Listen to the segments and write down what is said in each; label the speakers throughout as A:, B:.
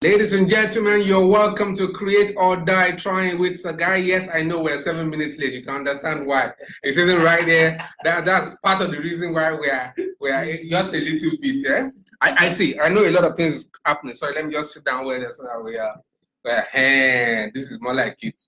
A: Ladies and gentlemen, you're welcome to Create or Die Trying with Sagai. Yes, I know we're seven minutes late. You can understand why. It's sitting right there. That, that's part of the reason why we're we're just a little bit. Yeah? I, I see. I know a lot of things happening. Sorry, let me just sit down where so that we are. We're, uh, eh, this is more like it.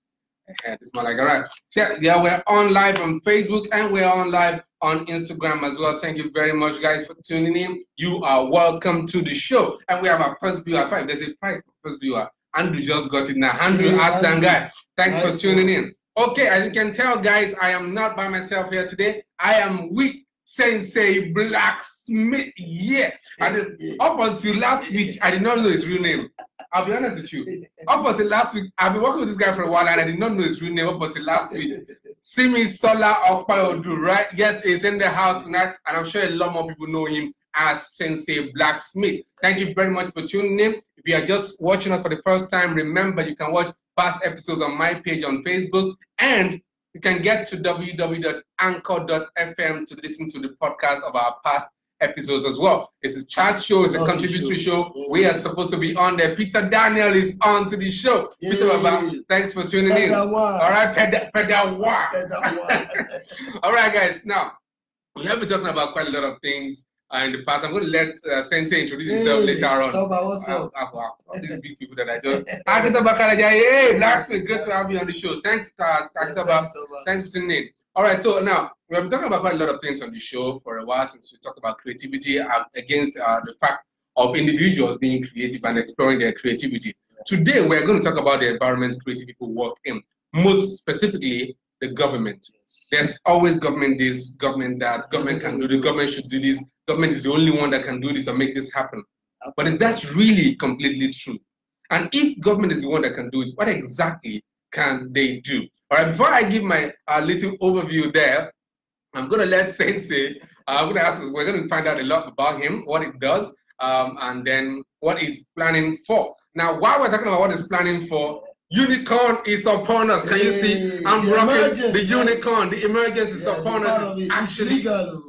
A: Eh, This is more like all right. So, yeah, we're on live on Facebook and we're on live on Instagram as well. Thank you very much, guys, for tuning in. You are welcome to the show. And we have our first viewer prize. There's a prize for first viewer. Andrew just got it now. Andrew
B: Hey,
A: asked that
B: Andrew.
A: guy. Thanks for
B: Nice
A: tuning
B: one.
A: in. Okay, as you can tell, guys, I am not by myself here today. I am with Sensei Blacksmith. Yeah. I did, up until last week, I did not know his real name. I'll be honest with you. Up until last week, I've been working with this guy for a while and I did not know his real name up until last week. Simi Sola Okpayodu, right? Yes, he's in the house tonight, and I'm sure a lot more people know him as Sensei Blacksmith. Thank you very much for tuning in. If you are just watching us for the first time, remember you can watch past episodes on my page on Facebook, and you can get to www.anchor.fm to listen to the podcast of our past episodes as well. It's a chat show, it's a
B: Love the
A: contributory
B: show.
A: show. We are supposed to be on there. Peter Daniel is on to the show. Peter
B: Yay.
A: Baba, thanks for tuning in.
B: Pedal one.
A: All right, peda- pedawa.
B: Pedal one.
A: All right, guys. Now we have been talking about quite a lot of things uh, in the past. I'm going to let uh, Sensei introduce himself
B: Hey,
A: later on.
B: Toba, what's
A: Uh,
B: up?
A: uh, wow, these big people that I just. Akita Bakaraja, hey, Blacksmith, great to have you on the show. Thanks, uh, Akita Bak-
B: Thanks, Toba.
A: Thanks for tuning in. All right, so now we've been talking about quite a lot of things on the show for a while since we talked about creativity uh, against uh, the fact of individuals being creative and exploring their creativity. Today, we're going to talk about the environment creative people work in, most specifically the government. There's always government this, government that, government can do this, government should do this, government is the only one that can do this or make this happen. But is that really completely true? And if government is the one that can do it, what exactly can they do? All right, before I give my uh, little overview there, I'm going to let Sensei, uh, I'm going to ask, we're going to find out a lot about him, what it does, um, and then what it's planning for. Now, while we're talking about what it's planning for, unicorn is upon us. Can you see?
B: Hey,
A: I'm
B: the
A: rocking the
B: emergence.
A: unicorn. The emergence is
B: Yeah, the
A: upon
B: part
A: us.
B: of it,
A: It's
B: it's
A: actually.
B: legal.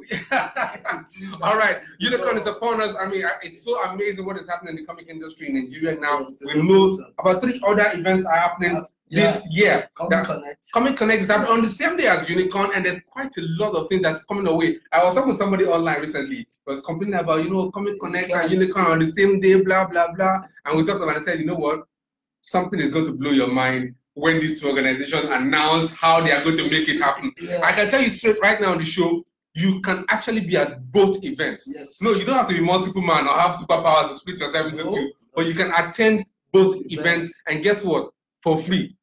B: It's legal.
A: All right, unicorn is
B: It's legal.
A: upon us. I mean, I- it's so amazing what is happening in the comic industry in Nigeria now.
B: Yes,
A: we
B: it
A: know
B: is.
A: about three other events are happening
B: Yeah.
A: this year.
B: Come
A: That-
B: connect.
A: Comic Connect is happening on the same day as Unicorn, and there's quite a lot of things that's coming away. I was talking to somebody online recently, was complaining about you know Comic Connect and Unicorn on the same day, blah blah blah. And we talked about it and said, you know what, something is going to blow your mind when these two organizations announce how they are going to make it happen.
B: Yeah.
A: I can tell you straight right now on the show, you can actually be at both events.
B: Yes. Oh.
A: No, you don't have to be multiple man or have superpowers to split yourself into
B: No.
A: two, but you can attend both
B: Events.
A: events and guess what? For free.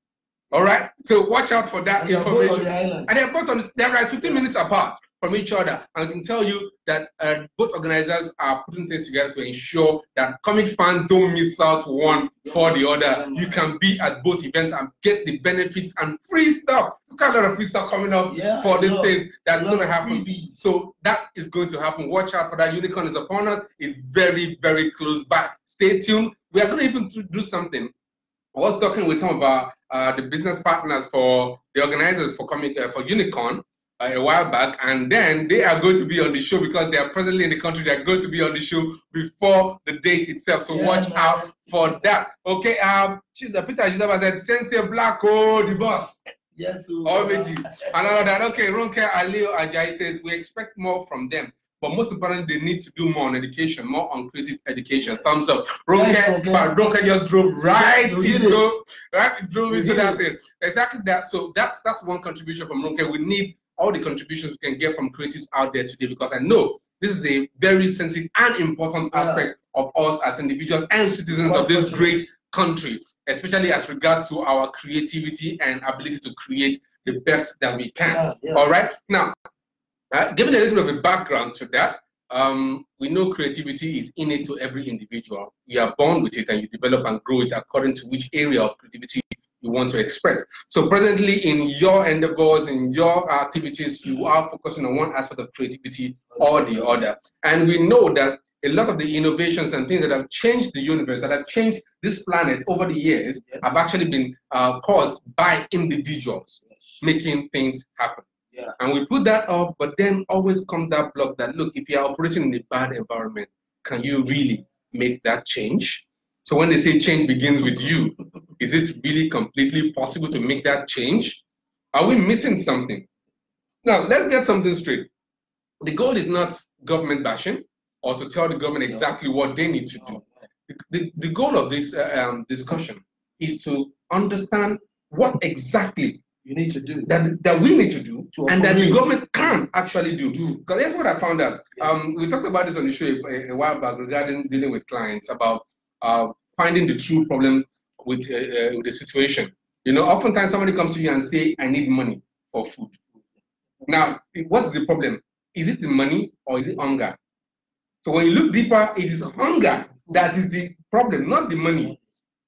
A: All right? So watch out for that
B: And you're both on
A: information.
B: the island.
A: And they're both on, they're like 15 minutes apart from each other. And I can tell you that uh, both organizers are putting things together to ensure that comic fans don't miss out one for the other. You can be at both events and get the benefits and free stuff. There's quite a lot of free stuff coming up
B: Yeah,
A: for these
B: a lot.
A: things that's
B: A lot
A: going to
B: of
A: happen.
B: freebies.
A: So that is going to happen. Watch out for that. Unicorn is upon us. It's very, very close by. Stay tuned. We are going to even to do something I was talking with some of our, uh, the business partners for the organizers for comic uh, for Unicorn uh, a while back, and then they are going to be on the show because they are presently in the country. They are going to be on the show before the date itself. So
B: Yeah,
A: watch
B: man.
A: out for that. Okay, um, she's a Peter Jisaba said Sensei Black, oh the boss,
B: Yes. oh,
A: always you. And all of that. Okay, Ronke Alio Ajay says we expect more from them. But most importantly, they need to do more on education, more on creative education. Thumbs up.
B: Thanks,
A: Ronke, but
B: Ronke.
A: Ronke just drove right
B: You did
A: into
B: it.
A: Right, drove
B: You
A: into
B: did
A: that
B: it.
A: thing. Exactly that. So that's that's one contribution from Ronke. We need all the contributions we can get from creatives out there today because I know this is a very sensitive and important
B: Yeah.
A: aspect of us as individuals and citizens
B: One
A: of this
B: country.
A: great country, especially as regards to our creativity and ability to create the best that we can.
B: Yeah, yeah.
A: All right. Now, uh, giving a little bit of a background to that, um, we know creativity is innate to every individual. You are born with it and you develop and grow it according to which area of creativity you want to express. So, presently, in your endeavors, in your activities, you are focusing on one aspect of creativity or the other. And we know that a lot of the innovations and things that have changed the universe, that have changed this planet over the years,
B: Yes.
A: have actually been uh, caused by individuals
B: Yes.
A: making things happen.
B: Yeah.
A: And we put that up, but then always come that block that look, if you are operating in a bad environment, can you really make that change? So when they say change begins with you, is it really completely possible to make that change? Are we missing something? Now, let's get something straight. The goal is not government bashing or to tell the government
B: No.
A: exactly what they need to do.
B: No,
A: The, the, the goal of this uh, um, discussion is to understand what exactly
B: you need to do
A: that, that we need to do
B: To
A: and that the
B: operate.
A: government can actually do. Because that's what I found out. Um, we talked about this on the show a, a while back regarding dealing with clients about uh, finding the true problem with, uh, uh, with the situation. You know, oftentimes somebody comes to you and say, I need money for food. Now, what's the problem? Is it the money or is it hunger? So when you look deeper, it is hunger that is the problem, not the money.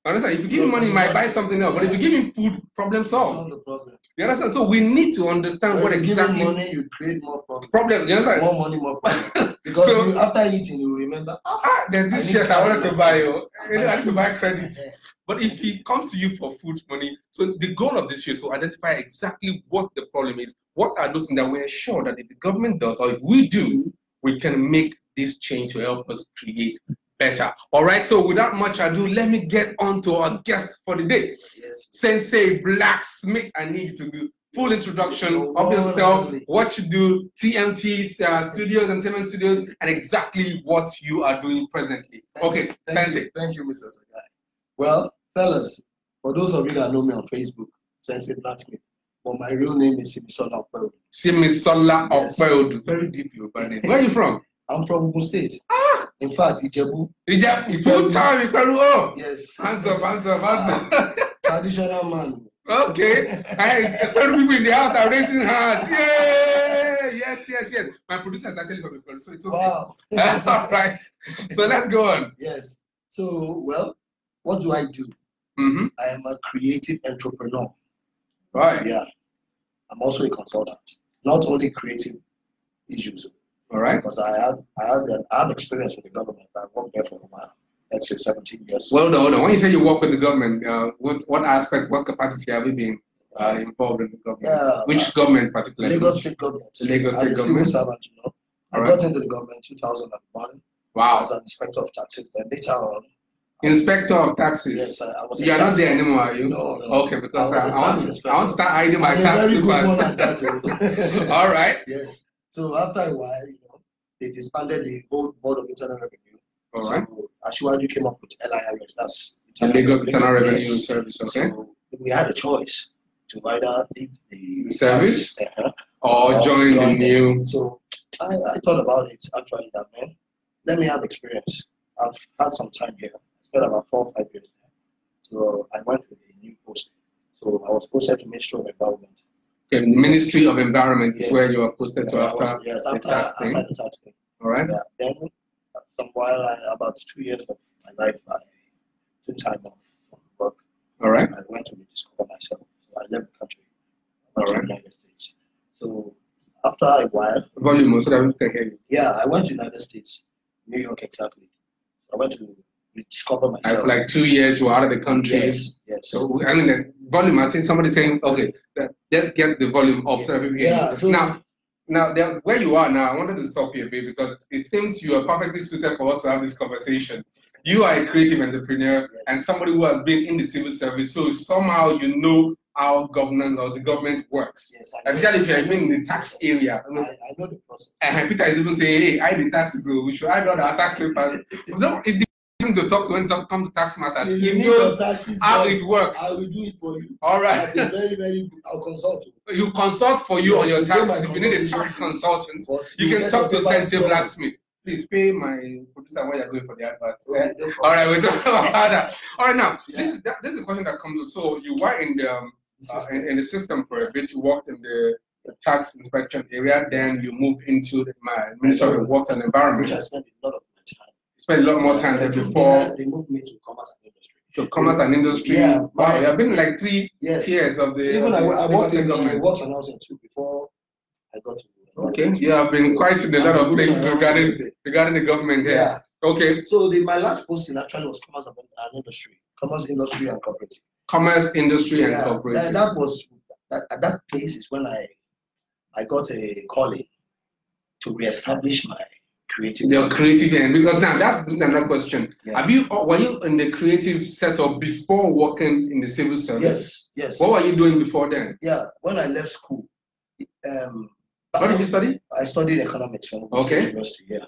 A: Understand? If you give him money, he might buy something else. But if you give him food, problem solved.
B: solve the problem.
A: You understand? So we need to understand
B: When
A: what
B: you give him
A: exactly
B: money, you create more problems.
A: problem. You understand?
B: More money, more problem. Because
A: So-
B: you, after eating, you remember. "Ah,
A: Ah, there's
B: I
A: this
B: need
A: shirt I wanted to
B: credit.
A: buy. oh. You know, I need to buy
B: eh,
A: credit.
B: eh,
A: But if he comes to you for food money, so the goal of this show is to identify exactly what the problem is. What are those things that we're sure that if the government does or if we do, we can make this change to help us create better. All right. So without much ado, let me get on to our guest for the day,
B: Yes.
A: Sensei Blacksmith. I need to do full introduction
B: Oh,
A: of yourself, what you do, TMT uh, Studios, Entertainment Studios, and exactly what you are doing presently. Okay,
B: Thanks. Thank
A: Sensei.
B: you. Thank you, Mr. Sagai. Well, fellas, for those of you that know me on Facebook, Sensei Blacksmith, but my real name is Sibisola Okpero.
A: Simisola
B: Yes.
A: Okpeodu. Very deep Yoruba name. Where are you from?
B: I'm from Ogun State.
A: Ah!
B: In fact, Ijebu.
A: Ija, full time Iperu. Oh!
B: Yes.
A: Hands up, hands up, hands up.
B: Traditional man.
A: okay. I, Iperu people in the house are raising hands. Yay! Yes, yes, yes. My producer is actually from Iperu, so it's okay.
B: Wow.
A: All right. So let's go on.
B: Yes. So, well, what do I do?
A: Mm-hmm.
B: I am a creative entrepreneur.
A: Right.
B: Yeah. I'm also a consultant. Not only creative issues,
A: All right.
B: because I had I had an I have experience with the government. I worked there for a while. Let's say 17 years.
A: Well, no, no. When you say you work with the government, uh, what, what aspect, what capacity have you been uh, involved in the government?
B: yeah,
A: Which government, particularly?
B: Uh, Lagos State government.
A: Lagos
B: as
A: State
B: a civil
A: government.
B: servant, you know. I
A: Alright.
B: got into the government in 2001
A: Wow.
B: as an inspector of taxes. Then later on,
A: Inspector of taxes.
B: yes, I, I was. a
A: You are not
B: tax-
A: there anymore, are you?
B: No, no.
A: Okay, because uh,
B: I was
A: I,
B: a
A: I,
B: tax
A: want,
B: inspector.
A: I want to start hiding my
B: I'm a
A: tax
B: very good one
A: papers.
B: at that.
A: All right.
B: Yes. So after a while, you know, they disbanded the whole board of internal revenue.
A: All right.
B: So Asiwaju came up with LIRS. That's
A: The Lagos Internal Revenue
B: Yes.
A: Service, okay?
B: So we had a choice to either leave the
A: The service?
B: uh-huh.
A: Or
B: Or
A: join the
B: join
A: new.
B: So I, I thought about it actually that man, let me have experience. I've had some time here. I spent about four or five years there. So I went to the new post. So I was posted to Ministry of Environment.
A: Okay, um, Ministry of Environment is
B: Yes.
A: where you are posted to
B: And I was-
A: after.
B: yes,
A: the
B: after,
A: tax
B: after
A: thing.
B: the tax thing.
A: All right.
B: Yeah. Then uh, some while I, about two years of my life I took time off from work.
A: All right.
B: I went to rediscover myself. So I left the country. I went to
A: Alright.
B: the United States. So after a while,
A: Volume more so that we can hear you.
B: yeah, I went to United States, New York exactly. I went to rediscover
A: I
B: myself.
A: for like two years you were out of the country.
B: yes, yes.
A: So I mean, the volume. I think somebody saying, okay, that, let's get the volume up so that people hear.
B: yeah, so
A: Now, now there, where you are now, I wanted to stop you a bit because it seems you are perfectly suited for us to have this conversation. You are a creative entrepreneur and somebody who has been in the civil service, so somehow you know how governance or the government works.
B: yes, I, know-
A: Especially if you're even in the tax area.
B: I, I know the process.
A: And Peter is even saying, hey, I did taxes, so we should add on our tax papers. No, if the person to talk to when it comes to tax matters, he knows
B: taxes,
A: eh, how
B: but
A: it works.
B: I will do it for you.
A: All right.
B: That's a very, very good. I'll consult you.
A: You consult for you on your
B: Yes, you do
A: taxes.
B: my
A: If you need a tax
B: consultation.
A: consultant,
B: But
A: you can
B: get
A: talk to
B: your papers
A: Sensei
B: done.
A: Blacksmith. Please pay my producer while you're going for the advert.
B: Okay, no problem.
A: All right, we're talking about that. All right, now
B: Yeah.
A: this is that, this is a question that comes up. So you were in the um,
B: This
A: uh,
B: is-
A: in, in the system for a bit. You worked in the tax inspection area. Then you moved into the my Ministry of Work and
B: which
A: Environment.
B: I spent a lot of my time.
A: You spent a lot more time there before
B: They moved me to commerce and industry.
A: to commerce and industry.
B: Yeah,
A: wow,
B: my-
A: you have been in, like three
B: Yes.
A: tiers of the.
B: Even I,
A: of the
B: I worked in
A: government.
B: I worked in housing too before I got to.
A: Okay, you have been quite in a lot of places regarding regarding the government here.
B: Yeah.
A: Okay,
B: So the, my last posting actually was commerce and and industry, commerce industry and cooperative.
A: commerce, industry, and
B: Yeah,
A: corporation.
B: That, that was that, at that place is when I I got a calling to reestablish my creative.
A: Your creative end. Because now that brings another question.
B: Yeah.
A: Have you or were you in the creative setup before working in the civil service?
B: Yes, yes.
A: What were you doing before then?
B: Yeah, when I left school, um,
A: What did you study?
B: I studied economics from Ogun State
A: Okay.
B: University. Yeah,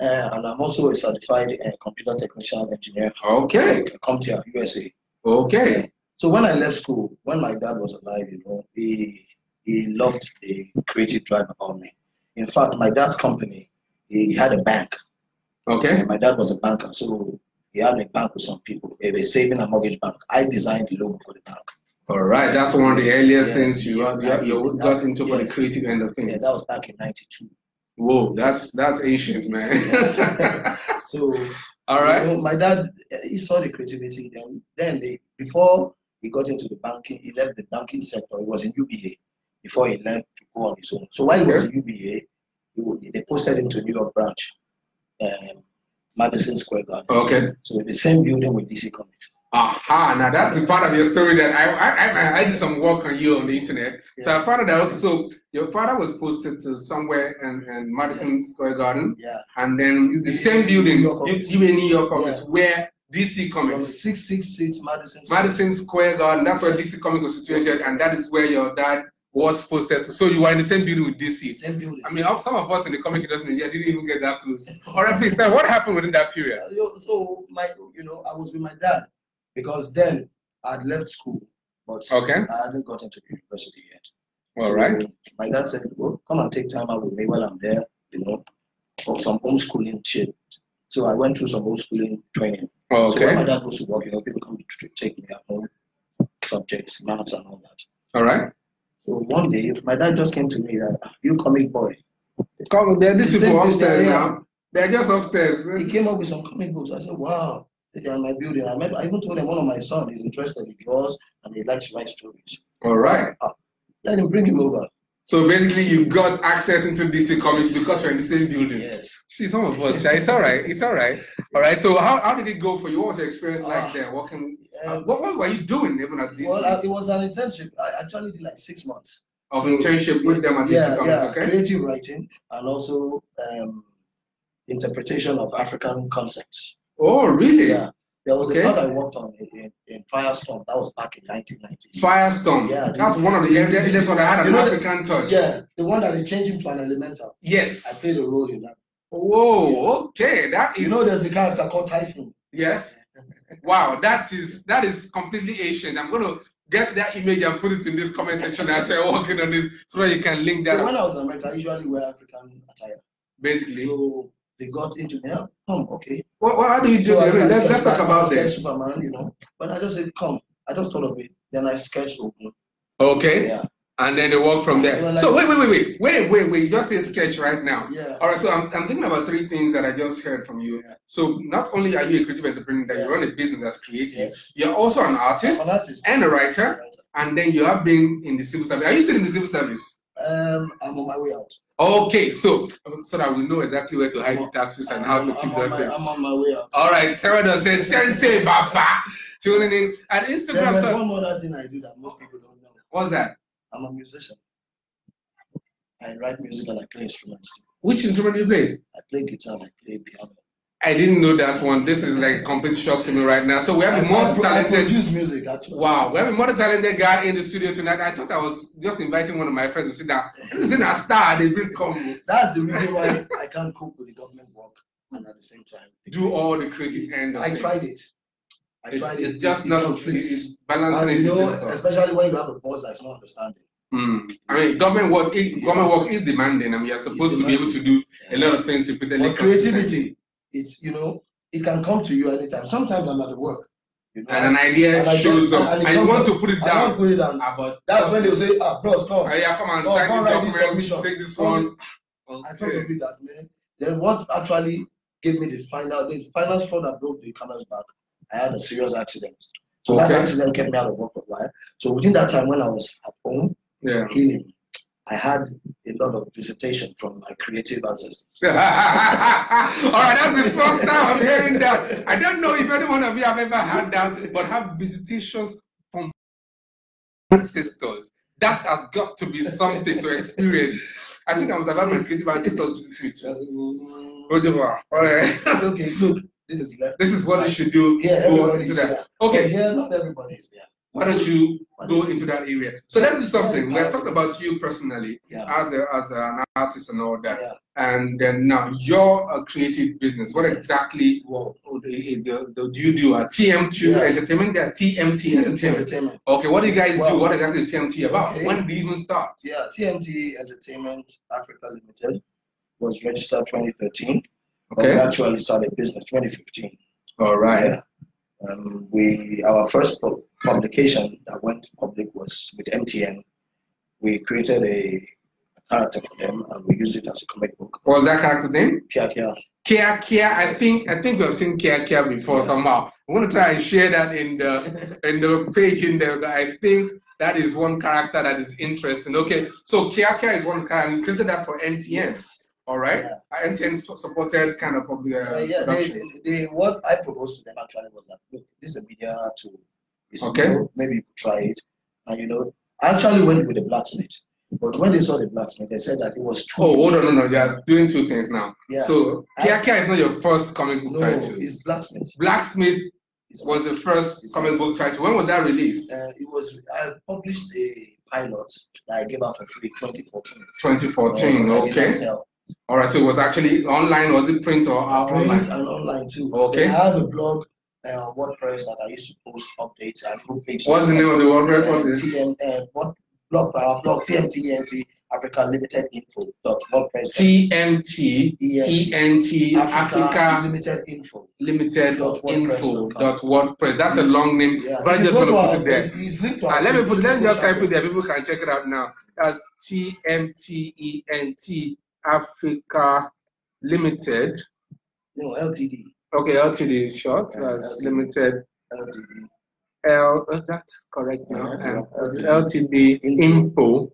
B: uh, and I'm also a certified uh, computer technician engineer.
A: Okay.
B: CompTIA USA.
A: Okay.
B: So when I left school, when my dad was alive, you know, he he loved the creative drive about me. In fact, my dad's company, he had a bank.
A: Okay.
B: And my dad was a banker, so he had a bank with some people, a saving and mortgage bank. I designed the logo for the bank.
A: All right. That's one of the earliest
B: Yeah.
A: things you you, you got into for the
B: Yes.
A: creative end of things.
B: Yeah, that was back in '92.
A: Whoa, that's that's ancient, man.
B: So
A: All
B: you
A: right.
B: know, my dad, eh, he saw the creativity. Then, then they, before he got into the banking, he left the banking sector. He was in UBA before he left to go on his own. So while he was in UBA, he, wa- they posted him to New York branch, um, Madison Square Garden.
A: Okay.
B: So in the same building with DC Comics.
A: Aha, now that's the part of your story that I I, I, I did some work on you on the internet. So I found out that okay, so your father was posted to somewhere in, in Madison Square Garden,
B: Yeah,
A: and then the same building,
B: New York
A: you,
B: office.
A: you were in New York office, where DC
B: from
A: Comics,
B: 666 Madison Square.
A: Madison Square Garden, that's where DC Comics was situated, and that is where your dad was posted to. So you were in the same building with DC.
B: Same building.
A: I mean, some of us in the comic industry yeah, didn't even get that close. All right, please, now, what happened within that period?
B: Uh, yo- So my, you know, I was with my dad because then I'd left school, but
A: Okay,
B: I hadn't gotten to university yet.
A: all
B: So
A: right,
B: My dad said, well, come and take time out with me while I'm there, you know, or some homeschooling shit. So I went through some homeschooling training. So when my
A: okay,
B: dad goes to work, you know, people come to tr- take me at home, subjects, maths and all that.
A: all right.
B: So one day, my dad just came to me that, "Ah, you comic boy.
A: Come, there are these
B: The same
A: people
B: place
A: upstairs
B: they are.
A: now. They're just upstairs.
B: He came up with some comic books. I said, wow, they're in my building. I, met, I even told him one of my sons is interested, he draws and he likes to write stories.
A: All right.
B: Let him bring him over.
A: So basically, you got access into DC Comics because you're in the same building.
B: Yes.
A: See, some of us, yeah, it's all right. It's all right. All right. So how, how did it go for you? What was your experience
B: Ah.
A: like there? Working, uh,
B: Um,
A: what, what were you doing even at DC
B: well, uh, I, it was an internship. I actually did like six months.
A: of internship with them at DC
B: yeah,
A: Comics?
B: yeah,
A: Okay.
B: creative writing and also um, interpretation of African concepts.
A: Oh, really?
B: Yeah, there was
A: Okay.
B: a part I worked on in, in, in Firestorm. That was back in 1990.
A: Firestorm.
B: Yeah,
A: That's one of the earliest one I had an
B: You know the-
A: African touch.
B: yeah, the one that they changed him to an elemental. I
A: Yes.
B: played a role in that.
A: Whoa. Okay. That is.
B: You know, there's a character called Typhoon.
A: Yes. Wow, that is that is completely ancient. I'm gonna get that image and put it in this comment section as we're working on this so that you can link that
B: So
A: up,
B: when I was in America, I usually wear African attire.
A: basically.
B: So they got into me. "Oh, Come, okay.
A: Well, well, how do you do
B: So I-
A: that?
B: I
A: Let's,
B: sketched
A: let's talk
B: Batman,
A: about
B: sketched
A: this.
B: Superman, you know. But I just said, come. I just thought of it. Then I sketched open.
A: Okay,
B: Yeah.
A: and then they work from there.
B: Well,
A: So
B: like-
A: wait, wait, wait, wait, wait, wait, wait. You just say sketch right now.
B: Yeah.
A: All right, so I'm, I'm thinking about three things that I just heard from you.
B: Yeah.
A: So not only are you a creative entrepreneur, that
B: Yeah.
A: you run a business that's creative,
B: Yes.
A: you're also an
B: An
A: artist
B: artist.
A: and a writer, and then you have been in the civil service. Are you still in the civil service?
B: Um, I'm on my way out.
A: Okay, so so that we know exactly where to hide the taxes and how to
B: I'm-
A: keep Uh,
B: I'm on
A: those
B: my-
A: things.
B: I'm on my way out.
A: All right, Sarah does said Sensei Baba tuning in and
B: There
A: Instagram.
B: was
A: So,
B: one other thing I do that most people don't know.
A: what's that?
B: I'm a musician. I write music and I play instruments. too.
A: Which instrument you play?
B: I play guitar and I play piano.
A: I didn't know that one. This is like complete shock to me right now. So we have
B: I,
A: the most
B: I, I
A: talented.
B: produce music actually.
A: Wow, we have a more talented guy in the studio tonight. I thought I was just inviting one of my friends to sit down. This is a star. They will come
B: That's the reason why I can't cope with the government work and at the same time
A: do all the creative end. of
B: I
A: it.
B: tried it. I
A: It's,
B: tried it.
A: it's just
B: It
A: not
B: conflicts.
A: it's balancing.
B: And
A: it
B: you
A: is
B: know,
A: difficult.
B: especially when you have a boss that's not understanding.
A: Mm. I mean, government work, is, government work is demanding. I mean, you're supposed to be able to do a lot of things repeatedly.
B: But creativity, it's you know, it can come to you anytime. Sometimes I'm at work, you know,
A: And an idea
B: And I
A: shows
B: just-
A: up,
B: and it
A: and you
B: comes
A: want
B: up.
A: to put it
B: I don't
A: down.
B: put it down.
A: Ah, but
B: That's when they'll say, ah, bros, come.
A: Ah, yeah, come and
B: Oh,
A: sign
B: come write
A: this
B: this
A: document.
B: submission.
A: Take this
B: Come.
A: one.
B: I thought it'd
A: Okay.
B: be that man. Then what actually gave me the final, the final straw that broke the camel's back. I had a serious accident. So that
A: Okay.
B: accident kept me out of work for a while. So within that time, when I was at home
A: Yeah.
B: healing, I had a lot of visitation from my creative ancestors.
A: All right, that's the first time I'm hearing that. I don't know if anyone of you have ever had that, but have visitations from ancestors. That has got to be something to experience. I think I was about my creative ancestors visit me too.
B: Just, mm,
A: Rodovar. All right.
B: That's okay. Look, this is left.
A: this is what you should do.
B: Yeah,
A: go
B: everybody
A: into
B: is
A: that.
B: there.
A: Okay.
B: Yeah, not everybody is there.
A: Why don't you
B: Why
A: go
B: don't you-
A: into that area? So let's do something. We have talked about you personally
B: Yeah.
A: as a, as an artist and all that.
B: Yeah.
A: And then now your uh, creative business. What
B: Yes.
A: exactly what,
B: oh,
A: what the, the, the, do you do? Uh, TM2
B: Yeah.
A: Entertainment. There's TMT Entertainment.
B: Entertainment.
A: Okay, what do you guys do?
B: Well-
A: What exactly is TMT about?
B: Okay.
A: When did you even start?
B: Yeah, TMT Entertainment Africa Limited was registered 2013. but
A: Okay.
B: We actually started business 2015.
A: All right.
B: Yeah. Um, we our first pu- publication that went public was with MTN. We created a character for them and we used it as a comic book.
A: What was that character's name?
B: Kia Kia.
A: Kia Kia. I
B: Yes.
A: think I think we have seen Kia Kia before
B: Yeah.
A: somehow. I'm gonna try and share that in the in the page in there. I think that is one character that is interesting. Okay, so Kia Kia is one character. and created that for MTNs. All right,
B: Yeah.
A: Uh, MTN sp- supported kind of uh,
B: Uh, yeah, they,
A: production.
B: they, they, what I proposed to them actually was that look, this is a media tool. It's
A: Okay.
B: new, maybe you could try it. And you know, I actually went with the blacksmith, but when they saw the blacksmith, they said that it was too.
A: Oh, hold on, no, no, you are doing two things now.
B: yeah.
A: So
B: I-
A: Kia Kia is not your first comic book
B: no,
A: title.
B: it's blacksmith.
A: Blacksmith
B: It's
A: was the first comic book title. When was that released?
B: Uh, it was I published a pilot that I gave out for free 2014.
A: 2014.
B: Uh, I did not
A: okay.
B: sell.
A: All right. So it was actually online. Was it print or uh,
B: Print
A: online?
B: and online too.
A: Okay.
B: I have a blog uh, on WordPress that I used to post updates and homepage.
A: What's the name of the WordPress? What is
B: TM, uh, what blog, uh, blog TMTNT Africa Limited Info dot E WordPress.
A: TMT
B: TNT
A: ENT Africa
B: Limited Info.
A: Limited
B: Dot WordPress
A: Info
B: dot com.
A: dot WordPress. That's a long name,
B: Yeah.
A: but I
B: If you
A: just
B: go
A: want
B: to
A: to
B: our-
A: put it there.
B: It's linked to
A: Ah,
B: our
A: let me
B: page.
A: put, let me
B: You
A: just
B: can
A: type it there. People can check it out now. That's TMTENT E Africa Limited.
B: No, LTD.
A: Okay, LTD is short.
B: Yeah,
A: That's
B: LTD.
A: limited.
B: LTD.
A: L. oh, That's correct now.
B: Yeah,
A: And
B: yeah,
A: LTD info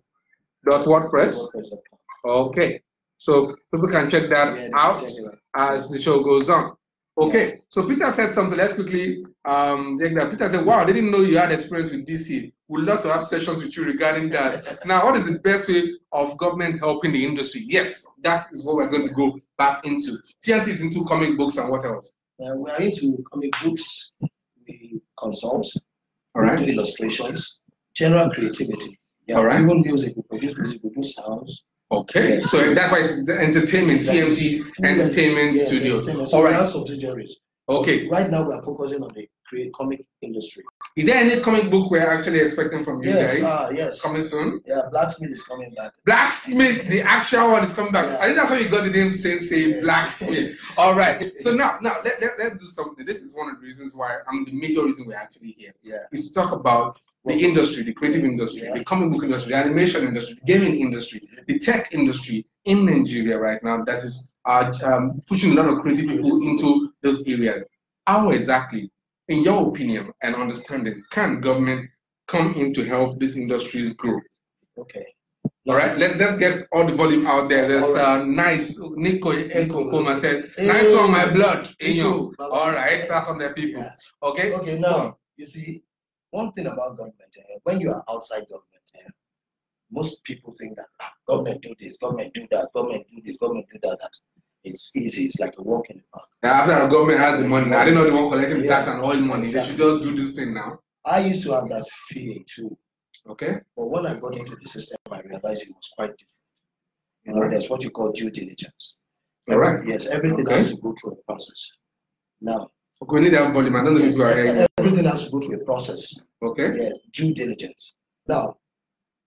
A: dot WordPress.
B: WordPress.com.
A: Okay, so people can check that
B: Yeah,
A: out.
B: check it out.
A: as the show goes on. Okay, so Peter said something. Let's quickly um take that. Peter said, Wow, I didn't know you had experience with DC. Would love to have sessions with you regarding that. now, what is the best way of government helping the industry? Yes, that is what we're going to go back into. TNT is into comic books and what else?
B: Uh, we are into comic books, we consult,
A: All right.
B: we do illustrations, general creativity. Yeah,
A: All right.
B: Even music, we produce music, we do sounds.
A: Okay,
B: Yes.
A: so that's why it's the entertainment, TMT Entertainment
B: Yes,
A: Studio.
B: entertainment.
A: All
B: So we
A: right.
B: have subsidiaries.
A: Okay.
B: Right now, we are focusing on the create comic industry.
A: Is there any comic book we're actually expecting from you
B: Yes,
A: guys?
B: ah, yes.
A: Coming soon?
B: Yeah, Blacksmith is coming back.
A: Blacksmith, the actual one is coming back. I think that's why you got the name Sensei
B: Yes.
A: Blacksmith. All right. So now, now let, let, let's do something. This is one of the reasons why I'm the major reason we're actually here
B: Yeah.
A: is to talk about the industry, the creative industry,
B: Yeah.
A: the comic book industry, the animation industry, the gaming industry, the tech industry in Nigeria right now that is uh, um, pushing a lot of creative people into those areas. How exactly, in your opinion and understanding, can government come in to help these industries grow?
B: Okay.
A: All right, let, let's get all the volume out there. There's
B: All right.
A: uh, nice Nico Eko
B: Nico.
A: Koma said,
B: Hey.
A: Nice on my blood. in you.
B: Nico.
A: All right, that's on the people.
B: Yeah.
A: Okay,
B: Okay, now, you see, one thing about government, eh, when you are outside government, eh, most people think that "Ah, government do this, government do that, government do this, government do that, that. It's easy, it's like a walk in the park.
A: now after the government has the money, I do not know the one collecting
B: Yeah.
A: tax and oil money. They should just do this thing now.
B: I used to have that feeling too,
A: Okay,
B: but when I got into the system, I realized it was quite different. You know, there's what you call due diligence.
A: all right.
B: Yes, everything
A: Okay.
B: has to go through a process. Now,
A: Okay, we need that volume. I don't know if
B: yes,
A: you are ready.
B: everything has to go through a process.
A: Okay,
B: yeah, due diligence. Now,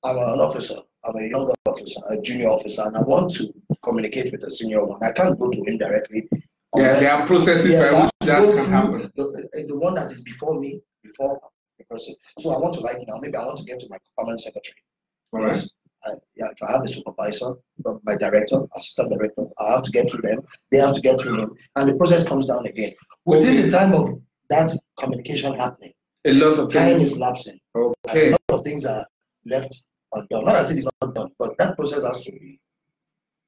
B: I'm an officer, I'm a younger officer, a junior officer, and I want to communicate with a senior one. I can't go to him directly.
A: yeah, there are processes
B: Yes, I
A: by which
B: have to
A: that
B: go
A: can
B: through
A: happen.
B: The, the one that is before me, before the person. So I want to right now, maybe I want to get to my permanent secretary.
A: All right,
B: Yes. I, yeah, if I have a supervisor, but my director, assistant director, I have to get through them, they have to get through them, and the process comes down again. Within
A: Okay.
B: the time of that communication happening,
A: a lot of
B: time is
A: things.
B: lapsing a
A: Okay,
B: lot of things are left undone. Not as it is not done, but that process has to be.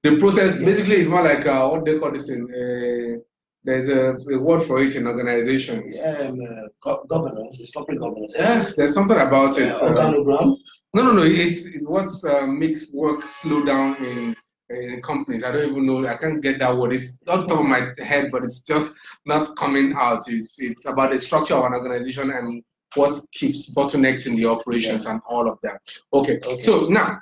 A: the process basically is more like uh, what they call this in uh, there's a, a word for it in organizations.
B: Um, uh, go- governance, it's corporate governance.
A: Yeah, there's something about it.
B: Uh,
A: uh,
B: organogram.
A: No, no, no. It's, it's what uh, makes work slow down in in companies. I don't even know. I can't get that word. It's not top of my head, but it's just not coming out. It's it's about the structure of an organization and what keeps bottlenecks in the operations and all of that. Okay.
B: Okay.
A: So now,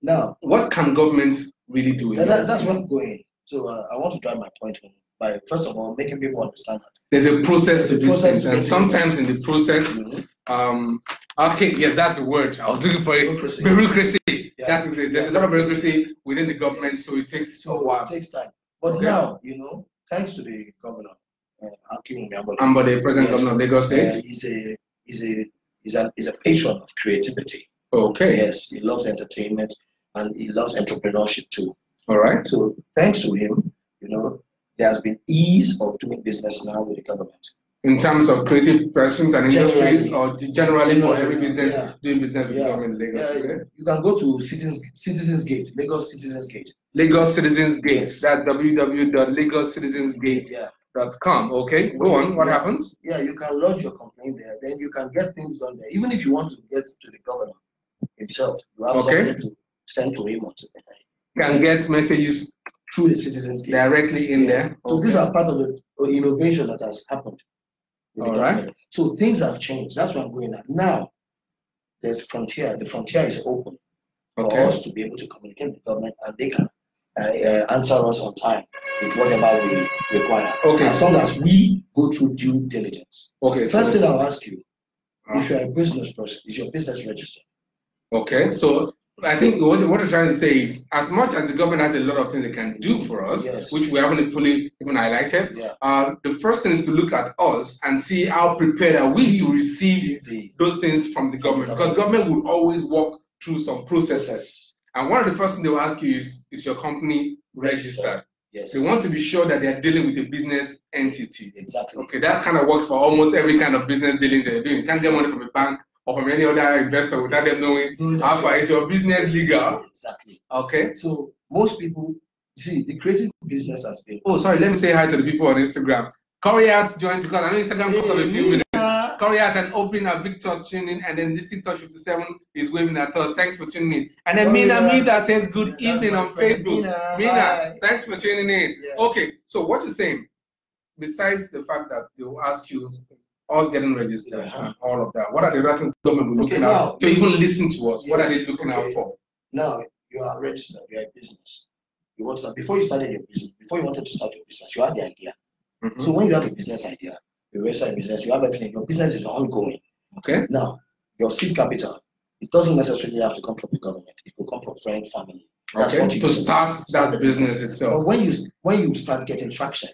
B: Now,
A: what can government really do? in
B: that,
A: your
B: that- that's
A: opinion?
B: where I'm going. So uh, I want to drive my point home by first of all making people understand that.
A: There's a process to these
B: There's a
A: things,
B: process Mm-hmm. to
A: and
B: it.
A: sometimes in the process, um, okay, yes, that's the word I was looking for. It
B: Bureaucracy.
A: bureaucracy.
B: Yeah.
A: That is it. There's a lot of bureaucracy within the government, so it takes a
B: So
A: while.
B: it takes time. But
A: Okay.
B: now, you know, thanks to the governor, uh, Akim Nyambode,
A: I'm the president
B: Yes.
A: governor of Lagos
B: uh,
A: State.
B: he's a he's a he's a he's a patron of creativity.
A: Okay,
B: Yes, he loves entertainment and he loves entrepreneurship too.
A: all right.
B: So thanks to him, you know, there has been ease of doing business now with the government.
A: In terms of creative persons and industries,
B: Generally.
A: or generally for every business
B: Yeah.
A: doing business with
B: Yeah.
A: government, in Lagos. okay?
B: Yeah, you can go to Citizens Citizens Gate, Lagos Citizens Gate.
A: Lagos Citizens Gate.
B: Yes.
A: That's www.lagoscitizensgate.com.
B: Yeah,
A: Okay, go on. What happens?
B: yeah, you can lodge your complaint there. Then you can get things done there. Even if you want to get to the governor himself, you have
A: Okay.
B: something to send to him or to
A: Can get messages
B: through the Citizens Gate.
A: directly in
B: Yes.
A: there.
B: So these
A: Okay.
B: are part of the uh, innovation that has happened. with the
A: All right.
B: government. So things have changed. That's what I'm going at. Now, there's frontier. The frontier is open for
A: Okay.
B: us to be able to communicate with government, and they can uh, uh, answer us on time with whatever we require.
A: Okay.
B: As long as we go through due diligence.
A: Okay.
B: The
A: So,
B: first thing I'll ask you,
A: uh,
B: if you're a business person, is your business registered?
A: okay. So I think what what I'm trying to say is, as much as the government has a lot of things they can do for us,
B: Yes.
A: which we haven't fully even highlighted,
B: Yeah.
A: uh, the first thing is to look at us and see how prepared are we to receive
B: The
A: those things from the government. Because government will always walk through some processes. And one of the first things they will ask you is, is your company registered?
B: Yes.
A: They want to be sure that they are dealing with a business entity.
B: Exactly.
A: Okay, that kind of works for almost every kind of business dealings that you're doing. You can't get money from a bank or from any other investor without them knowing how far is your business legal.
B: Exactly.
A: Okay.
B: So most people you see the creative business has been.
A: Oh, sorry, let me say hi to the people on Instagram. Koryat joined because I know Instagram took up a few minutes.
B: Yeah.
A: Koryat and opening a big touch tuning in, and then this thing touch 57 is waving at us. Thanks for tuning in. And then Mina
B: Koryat.
A: Mida says good
B: uh, That's
A: evening
B: my
A: on
B: friend,
A: Facebook.
B: Mina,
A: Mina,
B: hi.
A: thanks for tuning in.
B: Yeah.
A: Okay, so what you're saying, besides the fact that they will ask you us getting registered
B: Uh-huh.
A: and all of that, what are the other things government will be
B: Okay,
A: looking
B: now-
A: out to even listen to us? What are they
B: Yes,
A: looking out
B: okay.
A: for?
B: Now you are registered, you are a business. You want to start, before you started your business, before you wanted to start your business, you had the idea.
A: Mhm.
B: So when you have a business idea, you register your business, you have everything, your business is ongoing.
A: Okay,
B: Now, your seed capital, it doesn't necessarily have to come from the government, it could come from friend, family. That's what
A: okay.
B: you
A: To
B: do.
A: start that business
B: But
A: itself.
B: when you when you start getting traction,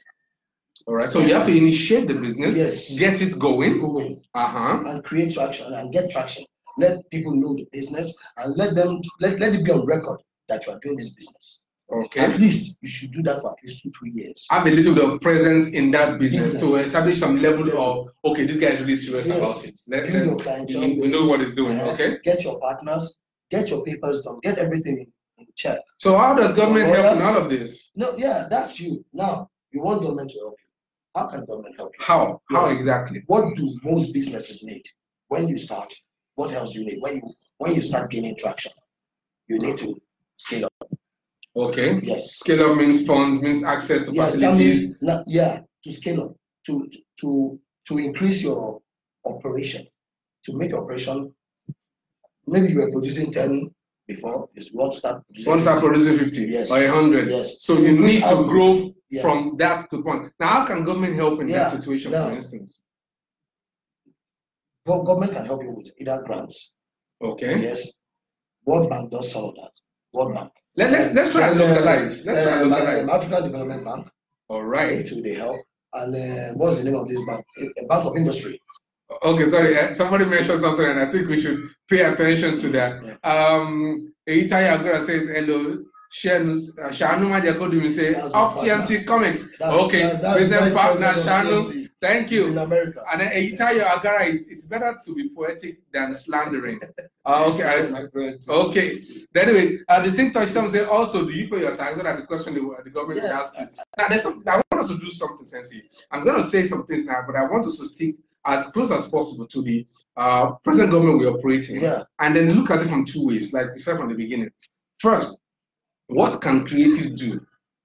A: All right, so you have to initiate the business,
B: Yes.
A: get it going.
B: go in
A: Uh huh.
B: and create traction and get traction. Let people know the business and let them let, let it be on record that you are doing this business.
A: Okay.
B: At least you should do that for at least two, three years.
A: have a little bit of presence in that business, to
B: Business.
A: establish some level of okay, this guy is really serious
B: Yes.
A: about it. Let,
B: Build
A: let,
B: your clientele.
A: uh, we know what he's doing.
B: Uh,
A: Okay.
B: Get your partners, get your papers done, get everything in check.
A: So how does government help in all of this?
B: No, yeah, that's you. Now, you want government to help you. How can government help you?
A: How? How
B: Yes.
A: exactly?
B: What do most businesses need when you start? What else you need when you when you start gaining traction? You need to scale up.
A: Okay.
B: Yes.
A: Scale up means funds, means access to
B: Yes, that
A: facilities.
B: means na- yeah, to scale up, to to to increase your operation, to make your operation. Maybe you were producing ten before, you want to start. producing
A: Once are producing 50
B: Yes.
A: or 100.
B: Yes.
A: So you need to
B: Outreach.
A: grow
B: Yes.
A: from that to point. Now, how can government help in
B: Yeah,
A: that situation,
B: now-
A: for instance?
B: Go- Government can help you with either grants.
A: Okay.
B: Yes. World Bank does some of that. World Bank.
A: Let, let's let's try and
B: Then, uh,
A: localize. Let's try and
B: um, um,
A: localize.
B: African Development Bank,
A: All
B: they
A: right.
B: too, they help. And uh, what's the name of this bank? A- a Bank of Industry.
A: Okay, sorry. eh, Somebody mentioned something, and I think we should pay attention to that. Um, Itai Agora says hello. Shanu uh, Shanu Majakodumi say
B: That's my
A: up
B: partner.
A: TMT Comics.
B: That's-
A: okay,
B: that's- that's
A: business
B: vice
A: partner
B: president of
A: Shanu.
B: TMT.
A: Thank
B: It's In
A: you.
B: America.
A: And then Itai Agora is it's better to be poetic than slandering. Uh, okay,
B: That's
A: I,
B: my friend. too.
A: okay. Then anyway, uh, the same touch some say also do you pay your tax? So that the question the, the government will
B: Yes,
A: ask you. Now there's something I want us to do something sensitive. I'm gonna say some things now, but I want us to stick as close as possible to the uh, present government we operate in
B: Yeah.
A: and then look at it from two ways, like we said from the beginning. First, What can creative do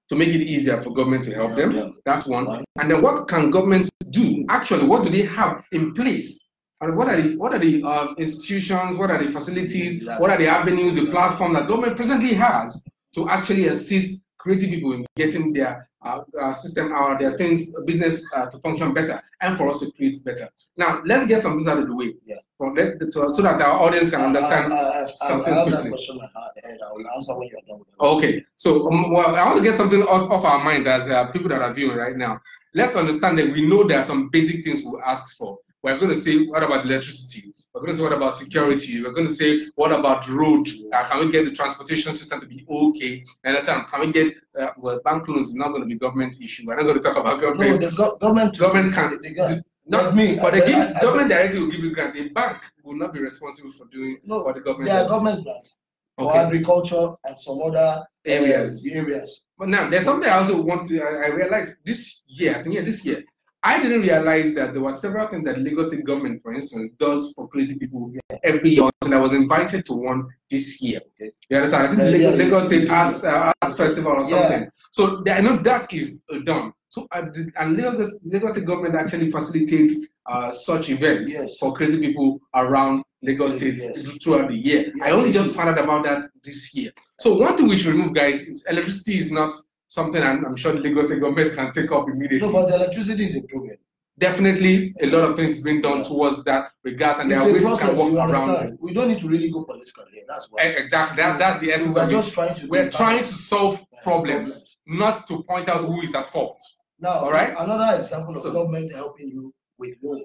A: to make it easier for government to help them?
B: Yeah.
A: That's one.
B: Right.
A: And then what can governments do? Actually, what do they have in place? And what are the what are the um, institutions? What are the facilities? What are the avenues, the platform that government presently has to actually assist creative people in getting their uh, uh, system or their things business uh, to function better and for us to create better. Now let's get some things out of the way.
B: Yeah. Uh,
A: For let, so, so that our audience can understand
B: I, I, I, I
A: something
B: have that
A: quickly.
B: question in my head. I will answer when you're done. with it.
A: Okay, so um, well, I want to get something off, off our minds as uh, people that are viewing right now. Let's understand that we know there are some basic things we ask for. We're going to say, what about electricity? We're going to say, what about security? We're going to say, what about road? Uh, can we get the transportation system to be okay? And that's can we get uh, well, bank loans is not going to be government issue. We're not going to talk about
B: No,
A: government.
B: the go- government.
A: government can
B: They got-
A: not
B: Not me.
A: for the
B: I-
A: give,
B: I- I-
A: government directly will give you grant. The bank will not be responsible for doing
B: No,
A: what the government
B: There are
A: does.
B: government grants for
A: Okay.
B: agriculture and some other uh,
A: Areas.
B: Areas.
A: But now there's something I also want to. I, I realized this year. I think yeah, this year. I didn't realize that there were several things that Lagos State government, for instance, does for creative people every year. And I was invited to one this year.
B: Okay.
A: You understand? I think
B: Uh,
A: Lagos,
B: yeah,
A: Lagos State
B: yeah.
A: Arts uh, Arts Festival or
B: Yeah.
A: something. So th- I know that is uh, done. So I did- and Lagos Lagos State government actually facilitates uh, such events
B: Yes.
A: for creative people around Lagos State
B: Yes.
A: throughout the year. I only just found out about that this year. So one thing we should remove, guys, is electricity is not something I'm, I'm sure the Lagos State government can take up immediately.
B: No, but the electricity is improving.
A: Definitely, a lot of things being done
B: Yeah.
A: towards that regard, and there
B: It's
A: are
B: a
A: ways we can
B: process,
A: work
B: you
A: around it.
B: understand. We don't need to really go political here, that's
A: Eh,
B: why.
A: Exactly. That, that's the
B: So
A: essence
B: We're
A: of it.
B: just trying to.
A: We're
B: be
A: trying to
B: balanced.
A: solve
B: Yeah,
A: problems, not to point out who is at fault.
B: Now,
A: All right?
B: another example of
A: So-
B: government helping you with loan.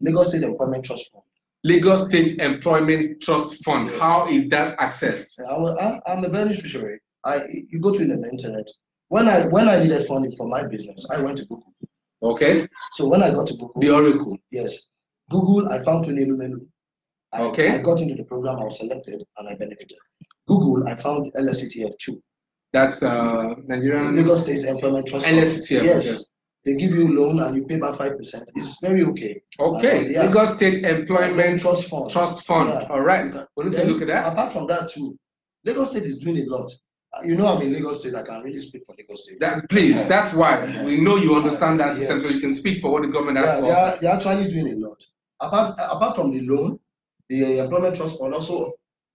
B: Lagos State Employment Trust Fund.
A: Lagos State Employment Trust Fund.
B: Yes.
A: How is that accessed?
B: I was, I, I'm a beneficiary. I you go to the internet. When I when I needed funding for my business, I went to Google.
A: Okay.
B: So when I got to Google,
A: The Oracle.
B: yes, Google, I found Tony Lumelu. I,
A: Okay.
B: I got into the program. I was selected and I benefited. Google, I found E LSCTF two.
A: That's uh, Nigerian.
B: Lagos State Employment Trust. Fund.
A: LSCTF, E okay.
B: Yes, they give you loan and you pay back five percent. It's very okay.
A: Okay.
B: Yeah.
A: Lagos State Employment
B: Trust Fund.
A: Trust Fund.
B: Yeah.
A: All right. We need to
B: Then,
A: look at that.
B: Apart from that too, Lagos State is doing a lot. Uh, You know, I'm in Lagos State. I can really speak for Lagos State.
A: That, please, that's why we know you understand that system,
B: Yes.
A: so you can speak for what the government
B: Yeah,
A: has
B: they are, they are actually doing a lot. Apart, apart from the loan, the uh, Employment Trust Fund also,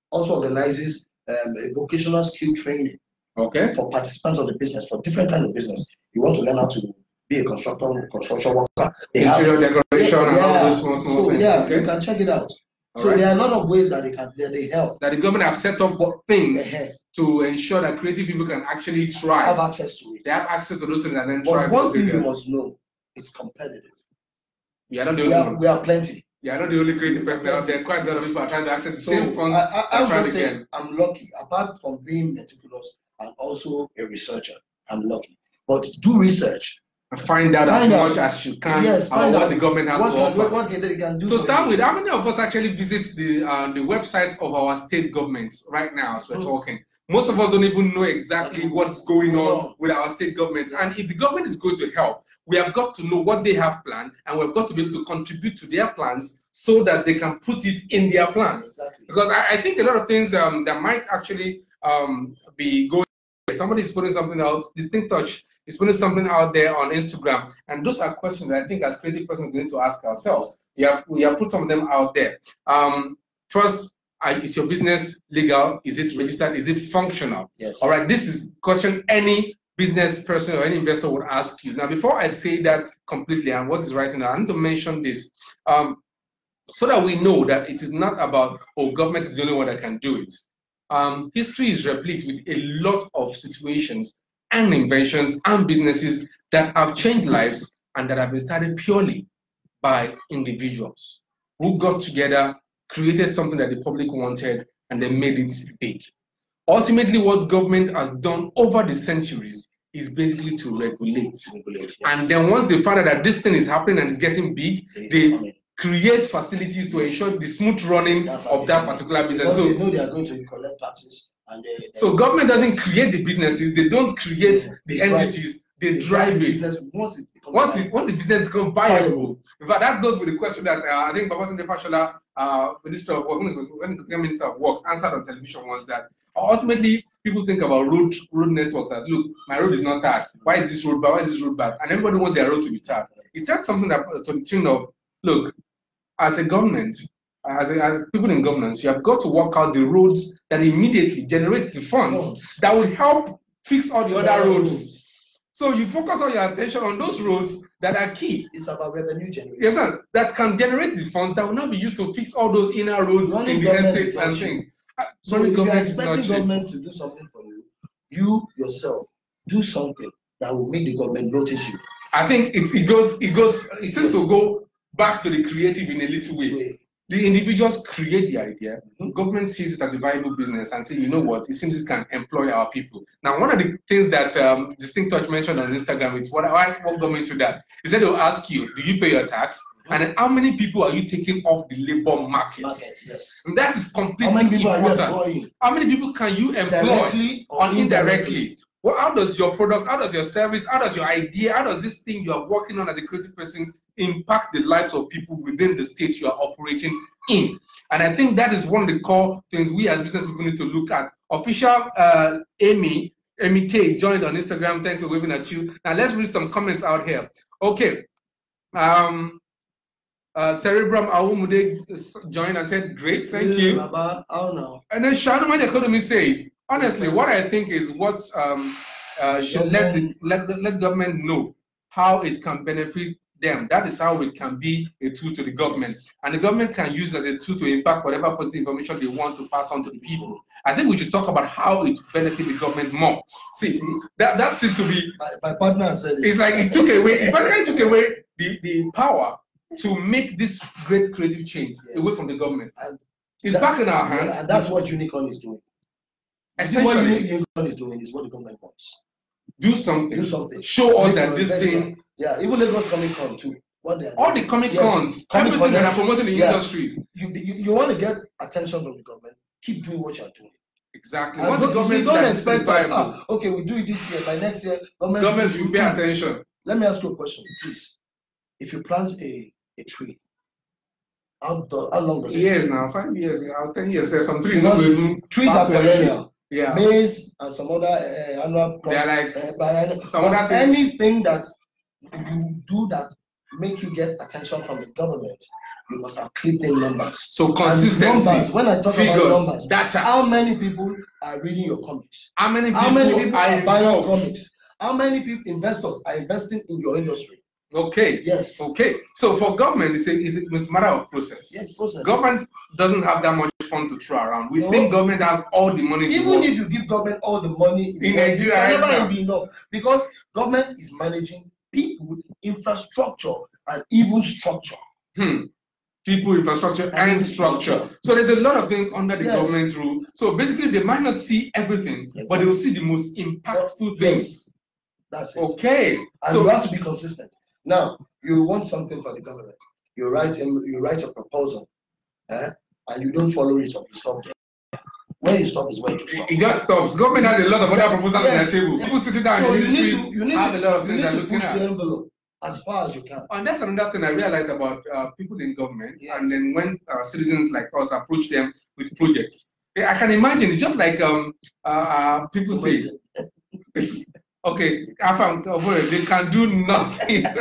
B: also organizes um, a vocational skill training
A: for. Okay.
B: for participants of the business, for different kind of business. You want to learn how to be a constructor, construction worker. They have-
A: Interior decoration and all
B: Yeah,
A: those small, small
B: so,
A: things.
B: Yeah,
A: okay.
B: you can check it out.
A: All
B: So
A: right.
B: there are a lot of ways that they can, that they help.
A: That the government have set up things
B: eh,
A: to ensure that creative people can actually
B: uh, Have
A: try.
B: access to it.
A: They have access to those things and then try.
B: But one
A: those
B: thing you
A: areas.
B: must know, it's competitive.
A: You are not the
B: We
A: only
B: are,
A: one.
B: we are plenty.
A: You are not the only creative person out there. Quite a lot of people are trying to access the
B: So
A: same funds.
B: I, I,
A: and
B: I'm
A: try
B: just
A: it again.
B: saying, I'm lucky. Apart from being meticulous, I'm also a researcher. I'm lucky. But do research.
A: and find out as
B: Find out.
A: much as you can
B: Yes,
A: about
B: find
A: what
B: out
A: the government has
B: What
A: to
B: can,
A: offer.
B: what, what can they can do?
A: to
B: for
A: start
B: you.
A: with, how many of us actually visit the uh, the websites of our state governments right now as we're
B: Mm.
A: talking? Most of us don't even know exactly what's going on
B: No.
A: with our state governments. And if the government is going to help, we have got to know what they have planned and we've got to be able to contribute to their plans so that they can put it in their plans.
B: Exactly.
A: Because I, I think a lot of things um, that might actually um, be going somebody is putting something out, the Think Touch is putting something out there on Instagram. And those are questions that I think as creative persons we need to ask ourselves. We have we have put some of them out there. Um, first, uh, is your business legal? Is it registered? Is it functional?
B: Yes.
A: All right, this is question any business person or any investor would ask you. Now, before I say that completely and what is right now, I need to mention this. Um, so that we know that it is not about, oh, government is the only one that can do it. Um, history is replete with a lot of situations and inventions and businesses that have changed lives and that have been started purely by individuals who got together, created something that the public wanted, and then made it big. Ultimately, what government has done over the centuries is basically to regulate.
B: Regulate, yes.
A: And then once they find out that this thing is happening and it's getting big, they
B: I mean,
A: create facilities to ensure the smooth running
B: That's how
A: of
B: they
A: that
B: do it.
A: particular business.
B: because they
A: So,
B: know they are going to collect taxes and they.
A: so government doesn't create the businesses; they don't create the
B: They drive-
A: entities; they
B: they
A: drive it.
B: business Once it becomes.
A: Once the,
B: like-
A: once the business becomes viable, in fact, that goes with the question that uh, I think Babatunde Fashola, uh, Minister of Work, when he was- when he became Minister of Works, answered on television once that ultimately people think about road road networks as look, my road is not tarred. Why is this road bad? Why is this road bad? And everybody wants their road to be tarred. It's not something that uh, to the tune of look, as a government, as, a, as people in governance, you have got to work out the roads that immediately generate the funds that will help fix all the other roads. So you focus all your attention on those roads that are key.
B: It's about revenue generation.
A: Yes, sir, that can generate the funds that will now be used to fix all those inner roads
B: Running
A: in the
B: government
A: estates
B: is
A: and
B: not cheap.
A: things. Uh,
B: So
A: running
B: if you are
A: government is not
B: expecting
A: cheap.
B: government to do something for you, you yourself do something that will make the government notice you.
A: I think it, it goes, it goes, it seems to go back to the creative in a little way. The individuals create the idea,
B: Mm-hmm.
A: government sees it as a viable business and say, you know what, it seems it can employ our people. Now, one of the things that um, Distinct Touch mentioned on Instagram is what I won't go into that. He said they'll ask you, do you pay your tax? And then how many people are you taking off the labor market?
B: Mm-hmm. Market, yes.
A: And that is
B: How
A: completely
B: many people are you
A: important.
B: employing?
A: how many people can you employ?
B: Directly
A: or indirectly. Well, how does your product, how does your service, how does your idea, how does this thing you are working on as a creative person impact the lives of people within the state you are operating in? And I think that is one of the core things we as business people need to look at. Official uh, Amy, Amy K joined on Instagram. Thanks for waving at you. Now let's read some comments out here. Okay. Um, uh, Cerebrum Awumude joined and said, Great, thank
B: Yeah,
A: you.
B: Baba, I don't know.
A: And then Shadow Economy says, honestly, what I think is what um, uh, should let the, let the let government know how it can benefit them. That is how it can be a tool to the government, and the government can use it as a tool to impact whatever positive information they want to pass on to the people. I think we should talk about how it benefit the government more. See, that that seems to be
B: My, my partner said it.
A: it's like it took away, it basically took away the, the power to make this great creative change away from the government.
B: And
A: It's
B: that-
A: back in our hands.
B: yeah, and that's what Unicorn is doing. You see, what
A: Essentially,
B: Unicorn is doing is what the government wants.
A: do something.
B: Do something.
A: Show us that
B: Unicorn
A: this
B: is
A: thing,
B: Yeah, even Lagos Comic Con too. What they are
A: all
B: doing.
A: the comic
B: Yes,
A: cons,
B: Comic
A: everything that are
B: Connect.
A: promoting the
B: Yeah.
A: industries.
B: you, you, you want to get attention from the government, keep doing what you're doing.
A: Exactly.
B: And
A: Once
B: don't-
A: the
B: you
A: government
B: see, don't
A: says that
B: expect
A: it's
B: that,
A: viable,
B: ah, okay, we do it this year, by next year, government.
A: government
B: will
A: should pay attention.
B: Let me ask you a question, please. If you plant a, a tree, how, do, how long does it
A: Years
B: take?
A: now, five years, now, ten years, eh, some trees not
B: Because
A: even
B: Trees
A: pass
B: are
A: their
B: perennial,
A: tree. Yeah.
B: maize and some other uh, annual
A: They are like
B: crops. uh, biennial-
A: some other
B: but
A: things.
B: Anything that you do that make you get attention from the government, you must have clicked in numbers.
A: so
B: And Numbers,
A: consistency,
B: when I talk about numbers,
A: figures, data.
B: how many people are reading your comics?
A: How many people,
B: How many people
A: are
B: are buying
A: involved?
B: comics? How many people, investors are investing in your industry?
A: Okay.
B: Yes.
A: Okay. So for government, it's a, it's a it's a matter of process.
B: Yes, process.
A: Government doesn't have that much fun to throw around. We
B: No.
A: think government has all the money. in the
B: Even
A: world.
B: if you give government all the money in, the
A: In
B: world,
A: Nigeria
B: it can
A: right
B: never
A: now.
B: be enough because government is managing people, infrastructure, and even structure.
A: hmm, people, infrastructure, and structure. So there's a lot of things under the
B: Yes.
A: government's rule. So basically, they might not see everything, but they will see the most impactful things.
B: That's it.
A: Okay.
B: And
A: So
B: you have to be consistent. Now, you want something for the government. You write him, you write a proposal, eh? and you don't follow it up. You stop there. Where you stop is where to stop.
A: it just stops. Government has a lot of other proposals
B: Yes.
A: on their table. People sitting down in
B: So you
A: the
B: need
A: streets
B: to, you need
A: have
B: to,
A: a lot of
B: you
A: things
B: need
A: they're
B: to
A: looking
B: push
A: at.
B: the envelope as far as you can.
A: And that's another thing I realized about uh, people in government,
B: Yeah.
A: and then when uh, citizens like us approach them with projects. Yeah, I can imagine it's just like um, uh, uh, people
B: So
A: say, It's- okay, I found over it. They can do nothing.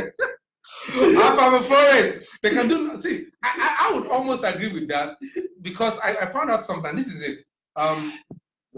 A: I found for it. They can do nothing. See, I, I, I would almost agree with that because I, I found out something. This is it. Um,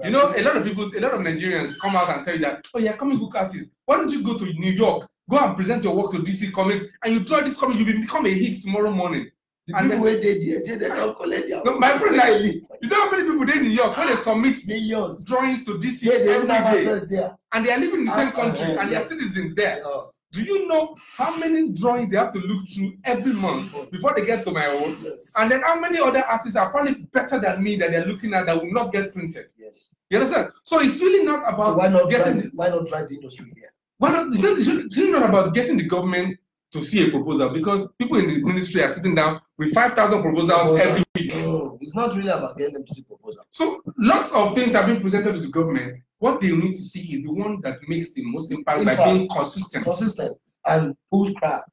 A: you know, a lot of people, a lot of Nigerians come out and tell you that, oh, you're coming book artist. Why don't you go to New York, go and present your work to DC Comics, and you draw this comic, you become a hit tomorrow morning.
B: the
A: and
B: people
A: then-
B: where they did, they don't collect their
A: No, my friend, like, you know how many people there in New York when they submit
B: millions.
A: drawings to DC
B: Yeah, they
A: every
B: don't have
A: day,
B: access there.
A: and they are living in the same
B: Uh, uh,
A: country,
B: uh,
A: and they are
B: yeah.
A: citizens there.
B: Yeah.
A: Do you know how many drawings they have to look through every month before they get to my own?
B: Yes.
A: And then how many other artists are probably better than me that they're looking at that will not get printed?
B: Yes.
A: You understand? So it's really not about
B: So why not
A: getting.
B: drive, why not drive the industry here?
A: Why not? It's, not, it's really- it's really not about getting the government to see a proposal because people in the ministry are sitting down with five thousand proposals every week.
B: No, it's not really about getting them to see proposal.
A: So lots of things have been presented to the government. What they need to see is the one that makes the most impact, by
B: Impact.
A: being consistent.
B: Consistent and push crap.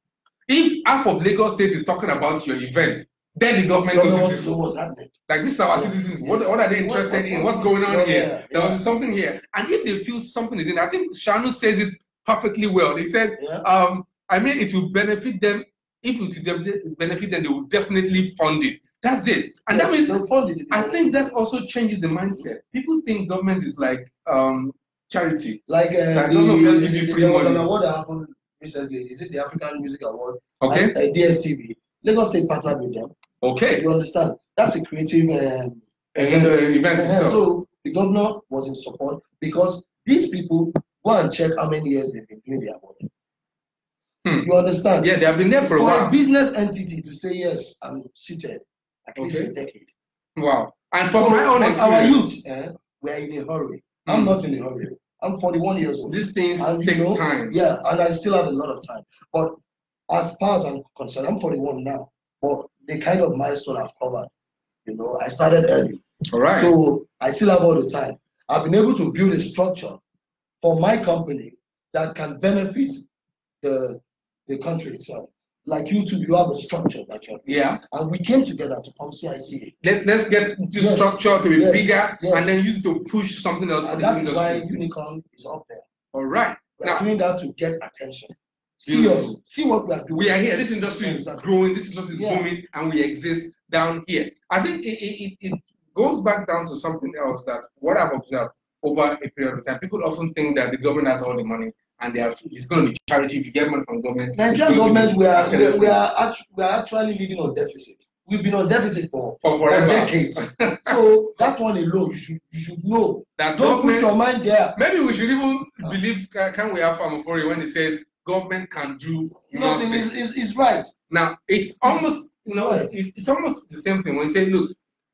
A: If half of Lagos State is talking about your event, Then the government
B: don't know what
A: notices.
B: know what's happening.
A: Like this is our
B: Yeah.
A: citizens.
B: Yeah.
A: What, what are they
B: What-
A: interested
B: what-
A: in? What's going on
B: Yeah,
A: here?
B: yeah,
A: There must
B: yeah.
A: be something here. And if they feel something is in, I think Shanu says it perfectly well. He said,
B: Yeah.
A: um, I mean, it will benefit them. If it will de- benefit them, they will definitely fund it. That's it. And that means,
B: they'll fund it.
A: I think that also changes the mindset. People think government is like um, charity.
B: like uh,
A: I don't know if they'll
B: the-
A: give you free
B: there was an
A: money.
B: award that happened recently. Is it the African Music Award?
A: Okay?
B: And, uh, DSTV. Lagos State partnered with them.
A: Okay.
B: You understand? That's a creative um,
A: And the event
B: And
A: itself.
B: so the governor was in support because these people go and check how many years they've been doing their work.
A: Hmm.
B: You understand?
A: Yeah, they have been there for a while.
B: business entity to say yes, I'm seated at least
A: Okay.
B: a decade.
A: Wow. And from
B: So,
A: my own
B: but our
A: experience,
B: youth, eh, we're in a hurry. I'm
A: Hmm.
B: not in a hurry. I'm 41 years old.
A: these things
B: And you
A: take
B: know,
A: time.
B: Yeah, and I still have a lot of time. But as far as I'm concerned, I'm 41 now. But the kind of milestone I've covered, you know, I started early.
A: All right.
B: So I still have all the time. I've been able to build a structure for my company that can benefit the the country itself. Like you two, you have a structure that you're
A: yeah.
B: and we came together to form CICA.
A: let's let's get this
B: Yes,
A: structure to be
B: yes,
A: bigger
B: yes.
A: and then use it to push something else for
B: And
A: this
B: that's why
A: industry.
B: Unicorn is up there.
A: All right,
B: We're
A: Now-
B: doing that to get attention. See
A: Beautiful.
B: us, see what we are doing.
A: we are here. This industry is
B: Exactly.
A: growing. This industry is
B: Yeah.
A: booming, and we exist down here. I think it, it, it, it goes back down to something else that what I've observed over a period of time. People often think that the government has all the money and they have it's going to be charity if you get money from government. it's
B: Nigerian
A: going to
B: government,
A: be
B: we are we,
A: charity
B: are- we are actu- we are actually living on deficit. We've been on deficit for,
A: for
B: for
A: forever.
B: decades. so that one alone, you should, you should know.
A: That
B: Don't put
A: government-
B: your mind there.
A: Maybe we should even
B: Ah.
A: believe uh, can we have Amofori when he says government can do
B: Nothing is, is, is right.
A: Now it's almost you know
B: right.
A: it's, it's almost the same thing when you say, look,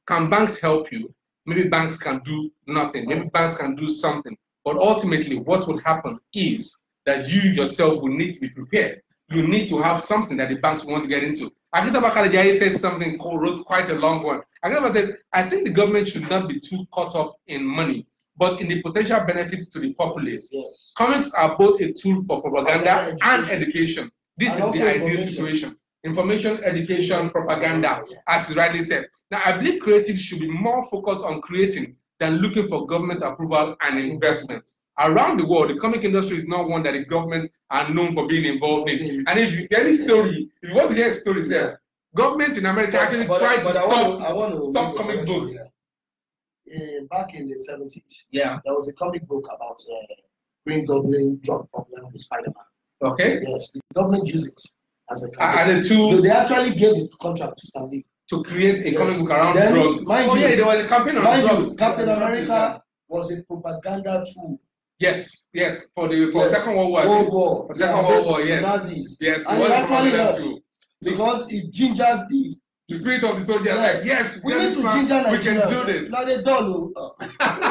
A: can banks help you? Maybe banks can do nothing. Maybe banks can do something. But ultimately, what will happen is that you yourself will need to be prepared. You need to have something that the banks want to get into. Akitaba Kalajai said something, called, wrote quite a long one. Akitaba said, I think the government should not be too caught up in money, but in the potential benefits to the populace.
B: Yes.
A: Comics are both a tool for propaganda
B: Propaganda,
A: and education. This
B: And
A: is
B: also
A: the ideal
B: information.
A: situation. Information, education, propaganda,
B: Yeah.
A: as you rightly said. Now, I believe creatives should be more focused on creating than looking for government approval and investment. Around the world, the comic industry is not one that the governments are known for being involved
B: Mm-hmm.
A: in. And if you any story, if you want to hear a story,
B: Yeah.
A: sir, governments in America actually
B: But-
A: tried to
B: but I
A: stop.
B: want to- I want to
A: stop
B: make a
A: comic
B: correction
A: books.
B: here. Eh, back in the seventies,
A: Yeah.
B: there was a comic book about uh, Green Goblin drug problem with Spider-Man.
A: Okay.
B: Yes, the government used it as a.
A: As a
B: campaign.
A: tool
B: So they actually gave the contract to Stanley.
A: to create a
B: Yes.
A: comic book around
B: Then,
A: drugs.
B: mind
A: oh
B: you-
A: yeah, there was a campaign on
B: Mind
A: drugs.
B: you, Captain America was a propaganda tool.
A: Yes, yes, for the for
B: Yes.
A: Second World War.
B: World War.
A: For the Second
B: Yeah,
A: World War,
B: the
A: yes.
B: Nazis.
A: Yes,
B: And
A: what
B: it actually
A: propaganda
B: helped
A: too.
B: because it gingered the
A: The spirit of the soldier, yes, like,
B: Yes.
A: yes,
B: We
A: are
B: need
A: this
B: to
A: man,
B: ginger
A: we can do
B: Nigerians.
A: this.
B: Now they don't. know. uh,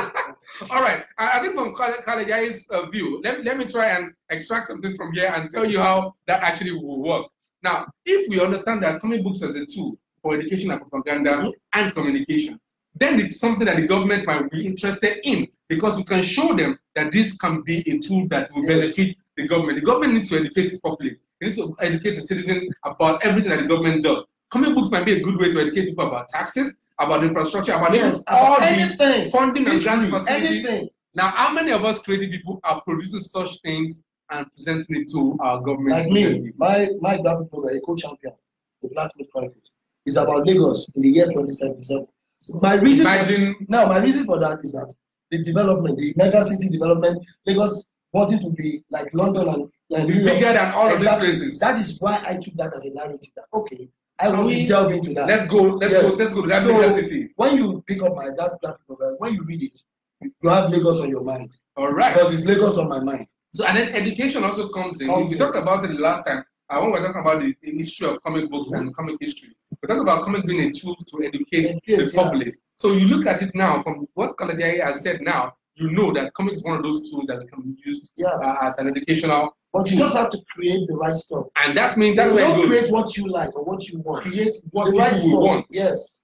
A: All right, I, I think from Kalajai's uh, view, let, let me try and extract something from here and tell you how that actually will work. Now, if we understand that comic books as a tool for education and propaganda
B: Mhm.
A: and communication, then it's something that the government might be interested in because we can show them that this can be a tool that will
B: Yes.
A: benefit the government. The government needs to educate its populace. It needs to educate the citizen about everything that the government does. Comic books might be a good way to educate people about taxes, about infrastructure, about
B: Yes,
A: all
B: about
A: the
B: anything.
A: funding and grant
B: History,
A: facilities
B: anything.
A: now, how many of us creative people are producing such things and presenting it to our government?
B: Like me, my my graphic program, a co-champion, the Black Meat Chronicles, is about Lagos in the year 2077. So my reason for,
A: Imagine,
B: now, my reason for that is that the development, the mega city development, Lagos wanting to be like London and, and New York.
A: Bigger than all of these
B: Exactly.
A: places.
B: That is why I took that as a narrative. That okay, I
A: Can
B: want
A: we-
B: to delve into that.
A: let's go, let's
B: Yes.
A: go, let's go to that
B: So-
A: bigger city.
B: when you pick up my that graphic novel, when you read it, you have Lagos on your mind
A: All right.
B: because it's Lagos on my mind.
A: So, and then education also comes in.
B: Comes
A: we
B: in.
A: talked about it last time. Uh, when we were talking about the, the issue of comic books and comic history, we talked about comic being a tool to educate the
B: Educate, yeah.
A: populace. So you look at it now from what Kaladiaye has said now, you know that comics is one of those tools that can be used
B: Yeah,
A: uh, as an educational,
B: but you just have to create the right stuff.
A: and that means that's
B: you
A: where
B: don't
A: it goes.
B: create what you like or what you want.
A: Create what
B: the
A: people
B: right
A: will
B: stuff.
A: want.
B: Yes.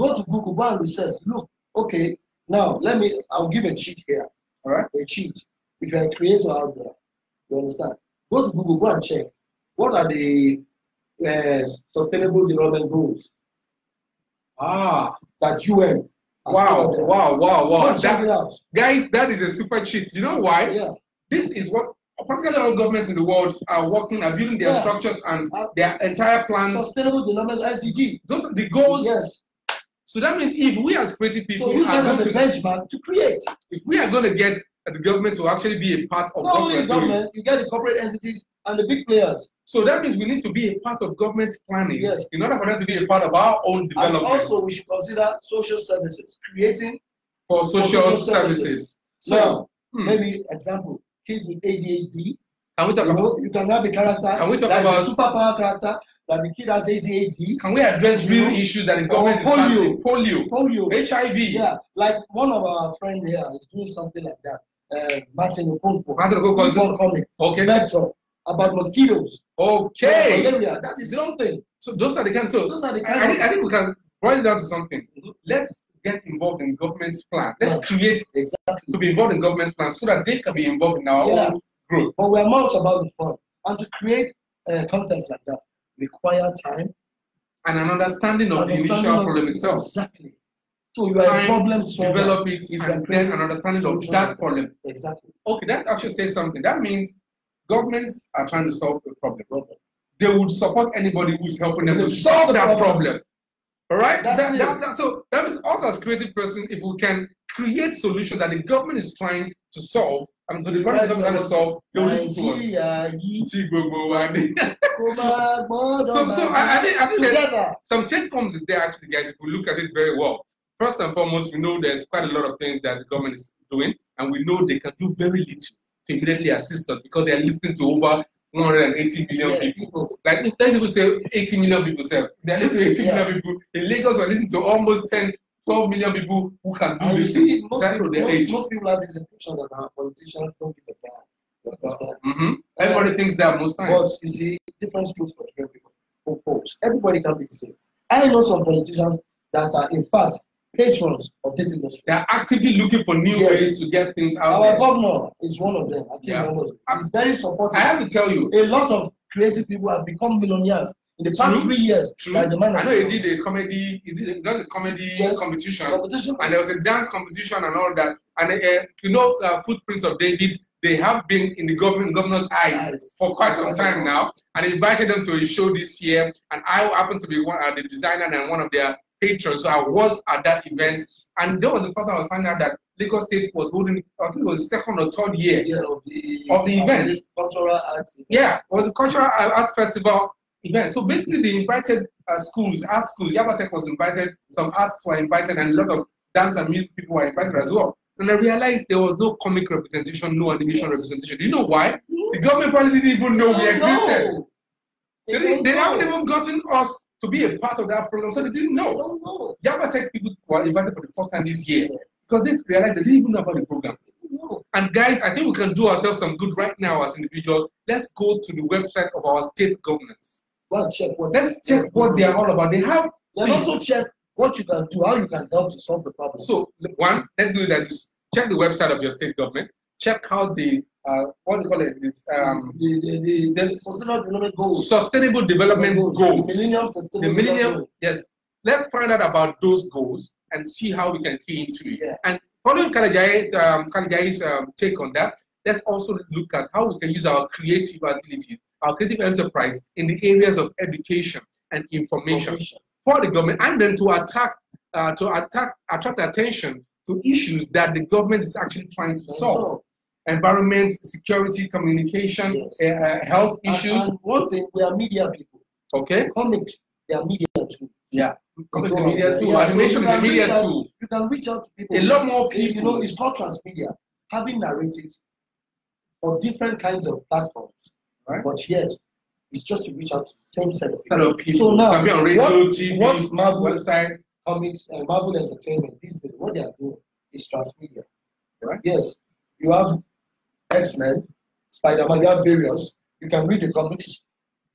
B: Go to Google, go and research. Look, okay, now let me. I'll give a cheat here.
A: All right.
B: A cheat. If you're a creator out there, you understand. Go to Google, go and check. What are the uh, sustainable development goals
A: Ah,
B: that UN. has
A: wow,
B: put up there.
A: wow, wow,
B: Go
A: wow.
B: and check
A: That,
B: it out.
A: guys, that is a super cheat. You know why?
B: Yeah.
A: This is what practically all governments in the world are working are building their
B: Yeah.
A: structures and
B: Uh,
A: their entire plans.
B: Sustainable development SDG.
A: Those are the goals.
B: Yes.
A: So that means if we as creative people
B: So use
A: are
B: that as
A: going
B: a
A: to,
B: benchmark to create.
A: if we are going to get uh, the government to actually be a part of
B: Not only the
A: government, doing-
B: government, you get the corporate entities and the big players.
A: so that means we need to be a part of government's planning
B: Yes.
A: in order for them to be a part of our own
B: And
A: development
B: also, we should consider social services, creating.
A: for social,
B: social
A: services.
B: services.
A: So
B: So,
A: hmm,
B: maybe example, kids with ADHD.
A: can we talk
B: You
A: about
B: know, you can have a character
A: Can we talk
B: that is
A: about-
B: a superpower character that the kid has ADHD,
A: Can we address
B: You
A: real
B: know,
A: issues that the
B: uh,
A: government is
B: polio.
A: handling? Polio,
B: polio,
A: HIV.
B: Yeah, like one of our friend here is doing something like that. Uh, Martin Okonkwo.
A: Martin Okonkwo is
B: He's not coming.
A: Okay.
B: Vector about mosquitoes.
A: Okay.
B: Malaria. That is something.
A: So those are the kind. So
B: Those are the
A: I, I
B: kind
A: think, I
B: of
A: think we can boil it down to something. Let's get involved in government's plan. Let's
B: Yeah.
A: create to
B: exactly.
A: be involved in government's plan so that they can be involved in our
B: Yeah.
A: own growth.
B: But we are much about the fun. And to create uh, content like that require time.
A: and an understanding of the
B: understanding
A: initial
B: of-
A: problem itself.
B: Exactly. So you are a
A: Time,
B: problem solver.
A: Develop it
B: you are
A: and then an understanding of
B: solution.
A: that problem.
B: Exactly.
A: Okay, that actually says something. That means governments are trying to solve the problem. They would support anybody who's helping them to
B: They
A: solve
B: solve the
A: that
B: problem.
A: problem. All right?
B: That's
A: That-
B: it.
A: that's- that's- so that means us as creative persons, if we can create solutions that the government is trying to solve, and so the government is not trying to solve, they will listen to us.
B: Nigeria, yìí,
A: So,
B: kò máa gbọ́dọ̀
A: so
B: máa
A: I, I think, I think there's-
B: together.
A: some take homes is there actually, guys, if we look at it very well. First and foremost, we know there's quite a lot of things that the government is doing, and we know they can do very little to immediately assist us because they're listening to over 180 million
B: Yeah,
A: people.
B: people.
A: Like, if 30 people say 80 million people, say they're listening to 80 million
B: Yeah.
A: people. In Lagos, we're listening to almost 10, 12 million people who can do
B: And you
A: this.
B: see, most
A: Exactly
B: people,
A: their age.
B: most, most people have this impression that our politicians don't give a damn. You understand?
A: hmm Everybody thinks that most times.
B: But you see, different truth for different people. For folks, everybody can be the same. I know some politicians that are, in fact, patrons of this industry.
A: They're actively looking for new
B: Yes.
A: ways to get things out
B: Our
A: there.
B: governor is one of them. I can't
A: Yeah.
B: remember. He's very supportive.
A: I have to tell you,
B: a lot of creative people have become millionaires in the past
A: True.
B: three years
A: True.
B: by the man.
A: I know you did a comedy, you did not a comedy
B: Yes.
A: competition,
B: competition.
A: and there was a dance competition and all that. And uh, you know, uh, Footprints of David, they have been in the government governor's eyes
B: Eyes.
A: for quite some time now. And I invited them to a show this year, and I happened to be one uh, the designer and one of their patrons, so I was at that event. And that was the first time I was finding out that Lagos State was holding, I think it was second or third year.
B: Yeah, of the,
A: Of the event.
B: this cultural arts. event.
A: Yeah, it was a cultural uh, arts festival event. So basically, they invited uh, schools, art schools. Yabatech was invited, some arts were invited, and a lot of dance and music people were invited as well. And I realized there was no comic representation, no animation
B: Yes. Oh,
A: representation. Do you know why? The government probably didn't even know we
B: They don't
A: existed.
B: know.
A: They,
B: don't
A: didn't, they
B: know.
A: haven't even gotten us to be a part of that program, so they didn't
B: They
A: know.
B: don't know.
A: Yabatech people were invited for the first time this year
B: Yeah.
A: because they realized they didn't even know about the program.
B: They don't know.
A: And guys, I think we can do ourselves some good right now as individuals. Let's go to the website of our state governments.
B: Go and check what.
A: Let's check what they are all about. They have
B: Then also check what you can do, how you can help to solve the problem.
A: so one. Let's do that. Just check the website of your state government. Check how the uh, what do you call it? This, um,
B: the the the, the sustainable development goals.
A: sustainable development
B: The
A: goals.
B: millennium
A: The
B: sustainable
A: millennium.
B: development
A: Yes. Let's find out about those goals and see how we can key into it.
B: Yeah.
A: And following Kalajai, um, Kalajai's um, take on that, let's also look at how we can use our creative abilities, our creative enterprise in the areas of education and information.
B: Goals.
A: for the government and then to attack uh, to attack attract attention to issues that the government is actually trying to solve
B: So,
A: environment security communication
B: Yes.
A: uh, uh, health
B: and-
A: issues
B: And one thing, we are media people.
A: okay
B: Comics, they are media too.
A: Comics is
B: go
A: a
B: on
A: media
B: there.
A: tool
B: Yeah, so
A: animation
B: you
A: is a
B: can
A: media
B: reach out-
A: tool
B: You can reach out to people.
A: a lot more
B: You
A: people
B: know, it's called transmedia. Having narratives for different kinds of platforms,
A: Right.
B: but yet it's just to reach out to the same set of
A: Set
B: people.
A: of people
B: So now,
A: can be on radio
B: what-
A: tv
B: what Marvel-
A: website
B: Comics and Marvel Entertainment, these days, what they are doing is transmedia.
A: Right.
B: Yes, you have X Men, Spider Man, you have various. You can read the comics.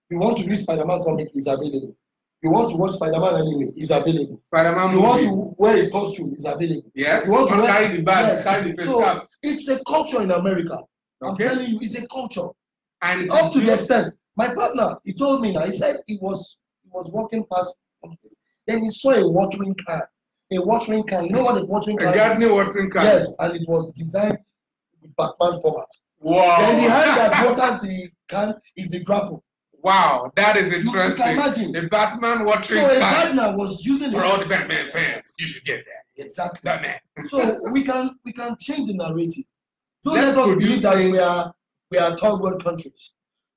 B: You want to read Spider Man comic, is available. You want to watch Spider Man anime, is available.
A: spider-man
B: You want
A: movie
B: to wear his costume is available.
A: yes
B: You want to
A: Don't
B: wear-
A: carry the bag
B: Yes.
A: carry the face
B: So,
A: cap
B: It's a culture in America. I'm
A: okay
B: telling you, it's a culture.
A: and it's
B: Up to
A: built-
B: the extent, my partner, he told me now, he said he was he was walking past, Then he saw a watering can. A watering can. You know what a watering can
A: A
B: is?
A: gardening watering can.
B: Yes, and it was designed with Batman format.
A: Wow.
B: Then the hand that waters the can is the grapple.
A: wow, that is
B: You you
A: interesting.
B: can imagine.
A: The Batman
B: So
A: watering
B: a
A: can.
B: gardener was using
A: For all the
B: it.
A: Batman fans, you should get that.
B: Exactly.
A: Batman.
B: So we can we can change the narrative. Don't
A: Let's
B: let us
A: produce
B: believe that
A: things-
B: we are we are third world countries.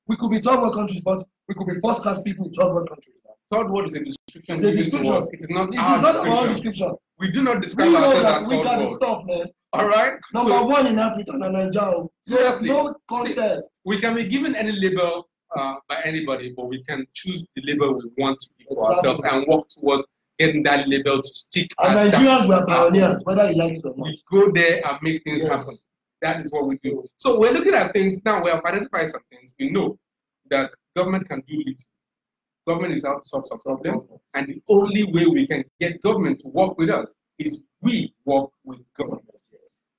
B: We could be third world countries, but we could be first class people in third world countries.
A: Third word is a description.
B: It's a
A: given to
B: description.
A: us. It is not
B: It is
A: our
B: not
A: description.
B: our description.
A: We do not
B: We
A: describe
B: know
A: ourselves
B: that
A: as
B: we
A: third
B: got the
A: world.
B: stuff, man.
A: All right.
B: Number
A: so
B: one in Africa, na Nigeria. o.
A: Seriously.
B: No contest.
A: we can be given any label uh, by anybody, but we can choose the label we want to give for
B: Exactly.
A: ourselves and work towards getting that label to stick.
B: And
A: as that.
B: Nigerians were pioneers, whether you like it or not.
A: We go there and make things
B: Yes.
A: happen. That is what we do. So we're looking at things now. We have identified some things. We know that government can do little. Government is out to solve some problems, and the only way we can get government to work with us is we work with government.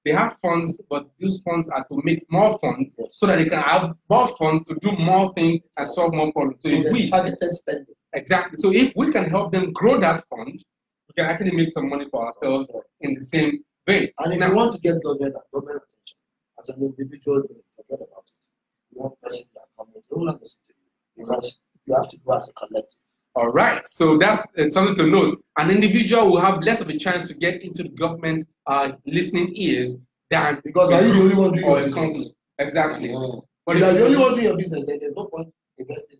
A: They have funds, but those funds are to make more funds so that they can have more funds to do more things and solve more problems. So,
B: So
A: if we
B: there's targeted spending.
A: exactly, so if we can help them grow that fund, we can actually make some money for ourselves in the same vein.
B: And if
A: Now-
B: you want to get government and government attention, as an individual, you forget about it. You want person that comes in, don't let listen to you because you have to do as a collective.
A: All right, so that's uh, something to note. An individual will have less of a chance to get into the government's uh, listening ears than
B: Because
A: a
B: are you the
A: group
B: only one doing
A: or
B: your
A: a
B: business?
A: company. Exactly.
B: But
A: But
B: if
A: if
B: you're the only one doing your business, then there's no point investing.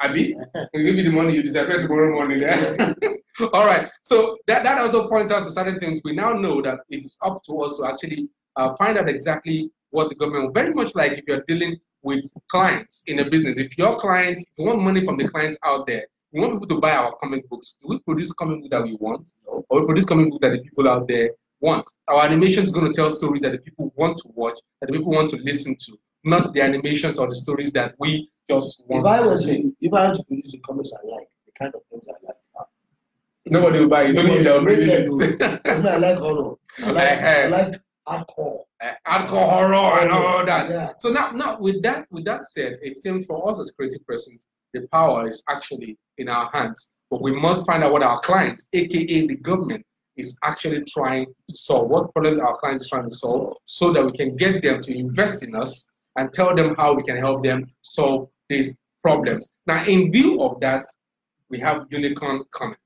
A: Abi, you give me the money, you disappear tomorrow morning. eh? All right. So that, that also points out to certain things. We now know that it is up to us to actually uh, find out exactly what the government, very much like if you're dealing with clients in a business, if your clients, if you want money from the clients out there, we want people to buy our comic books. Do we produce comic book that we want? No. Or we produce comic book that the people out there want? Our animation is going to tell stories that the people want to watch, that the people want to listen to, not the animations or the stories that we just want
B: If I
A: to
B: was
A: see.
B: you, if I had to produce the comics I like, the kind of things I like, ah,
A: Nobody will buy it. Only if they are really
B: Rated O. because me, I like horror. I like, I
A: Eh,
B: like hardcore.
A: eh, Hardcore horror and all that.
B: Yeah.
A: So now, now with that, with that said, it seems for us as creative persons, the power is actually in our hands. But we must find out what our clients, aka the government, is actually trying to solve. What problem our clients trying to solve, so that we can get them to invest in us and tell them how we can help them solve these problems. Now, in view of that, we have Unicorn coming.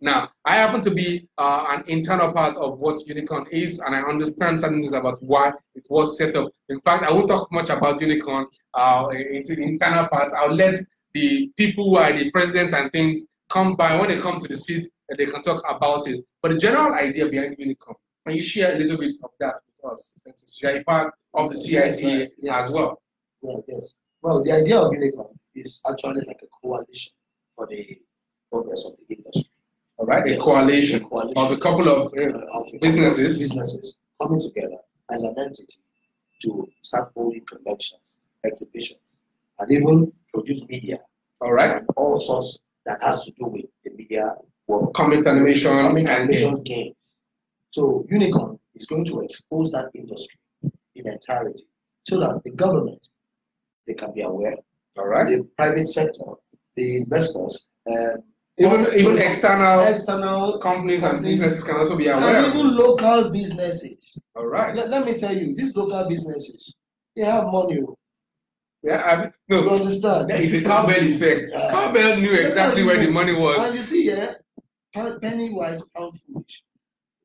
A: Now, I happen to be uh, an internal part of what Unicorn is, and I understand certain things about why it was set up. In fact, I won't talk much about Unicorn uh, into the internal parts. I'll let the people who are the presidents and things come by when they come to the seat and they can talk about it. But the general idea behind Unicorn, can you share a little bit of that with us? Since it's a part of the
B: Yes,
A: CICA
B: yes.
A: as well.
B: Well, yes. Well, the idea of Unicom is actually like a coalition for the progress of the industry.
A: All right, a
B: Yes,
A: coalition
B: a coalition
A: of a couple of uh,
B: uh, of
A: businesses.
B: businesses coming together as an entity to start holding conventions, exhibitions, and even produce media
A: all right,
B: and all sorts that has to do with the media world.
A: comic animation
B: Coming
A: and
B: animation games. So Unicom is going to expose that industry in entirety so that the government they can be aware
A: all right.
B: the private sector, the investors, um,
A: Even,
B: or-
A: even external
B: external
A: companies and
B: companies.
A: businesses can also be aware.
B: and even local businesses.
A: All right.
B: Let, let me tell you, these local businesses, they have money. o.
A: Yeah, I mean,
B: You
A: no,
B: understand? Uh,
A: it's a cowbell effect.
B: Yeah.
A: Cowbell knew exactly where the money was.
B: And you see, yeah, pen- penny wise, pound foolish.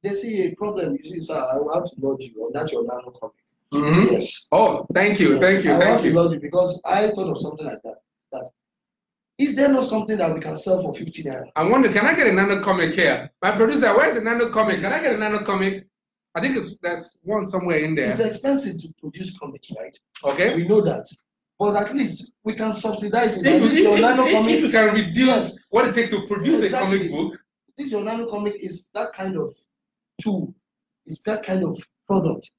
B: They see a problem. You see, sir, I will have to lodge you on that your nano comic.
A: Mhm.
B: Yes.
A: Oh, thank you,
B: Yes,
A: thank you,
B: I want
A: thank
B: to
A: you.
B: lodge you because I thought of something like that. That is there not something that we can sell for fifty naira?
A: I wonder, can I get a nano comic here? My producer, where's the nano comic? Can I get a nano comic? I think it's there's one somewhere in there.
B: It's expensive to produce comics, right?
A: Okay.
B: We know that. But at least we can subsidize
A: If
B: it.
A: you,
B: Like
A: if,
B: this your
A: if-
B: nano
A: if- if you
B: comic,
A: can reduce
B: Yes.
A: what it takes to produce
B: Exactly.
A: a comic book,
B: this your nano comic is that kind of tool. It's that kind of product.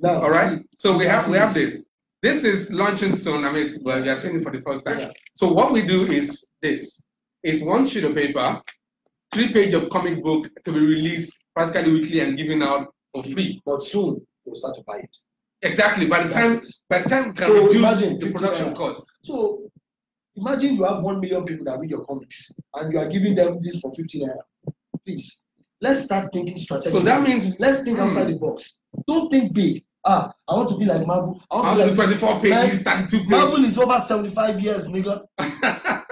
B: Now,
A: all right.
B: see,
A: So we
B: you
A: have
B: see
A: we have this. This is launching soon. I mean, it's, well, you're seeing it for the first time.
B: Yeah.
A: So what we do is this: is one sheet of paper, three page of comic book to be released practically weekly and given out for free.
B: But soon you'll start to buy it.
A: Exactly. By the
B: That's
A: time
B: it.
A: by the time we can
B: So
A: reduce
B: imagine
A: the
B: 50
A: production
B: naira.
A: cost.
B: So Imagine you have one million people that read your comics and you are giving them this for 50 naira. Please, let's start thinking strategically.
A: So that means
B: let's think
A: Hmm.
B: outside the box. Don't think big. Ah, I want to be like Marvel. I
A: How
B: want to
A: do
B: be like
A: 24 pages, 32 pages?
B: Marvel is over 75 years, nigga.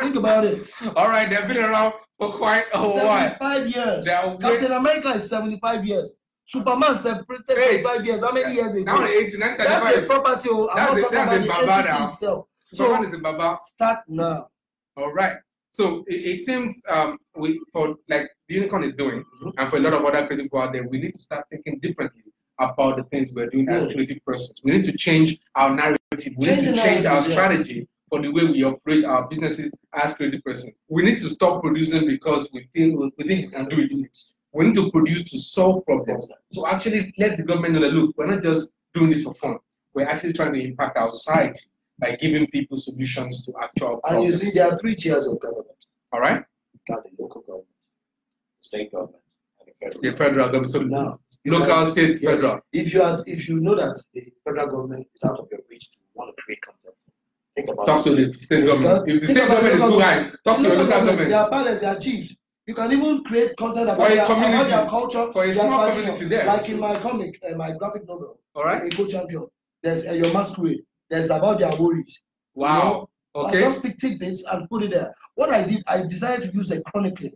B: think about it.
A: All right, they've been around for quite a while.
B: 75 years.
A: They are way-
B: Captain America is 75 years. Superman separated
A: Eight.
B: 75 years. How many years
A: now
B: ago?
A: 89,
B: That's a
A: 35.
B: property. oh, I'm
A: That's
B: not
A: a-
B: talking
A: that's a
B: about the
A: Baba
B: entity
A: now.
B: itself.
A: Superman
B: So
A: is a Baba.
B: start now.
A: All right. So it, it seems um, we for like the unicorn is doing,
B: Mhm.
A: and for a lot of other creative people out there, we need to start thinking differently about the things we're doing as
B: Really?
A: creative persons. We need to change our narrative. We
B: Change
A: need
B: the
A: to change our
B: narrative, yeah.
A: strategy for the way we operate our businesses as creative persons. We need to stop producing because we think we think we can do it. We need to produce to solve problems. So actually let the government know that look, we're not just doing this for fun. We're actually trying to impact our society by giving people solutions to actual
B: And you
A: problems.
B: see, there are three tiers of government.
A: All right.
C: You got the local government, state government, and the federal.
A: the federal government. So
B: Now,
A: local, state,
B: Yes.
A: federal.
B: If you are, if you know that the federal government
C: It's out of your reach to want to create content. Think about
A: Talk to the state government. If the
B: Think
A: state
B: about
A: government is
B: local
A: too high, talk to your local
B: They
A: government.
B: are balanced, they are chiefs. You can even create content
A: For a
B: about, their, about
A: community,
B: their culture,
A: for a
B: their
A: small
B: tradition.
A: community there.
B: Like in my comic, uh, my graphic novel,
A: All right.
B: Eco Champion, there's uh, your masquerade, there's about their worries.
A: Wow.
B: I
A: Okay.
B: just picked tidbits and put it there. What I did, I decided to use a chronicling.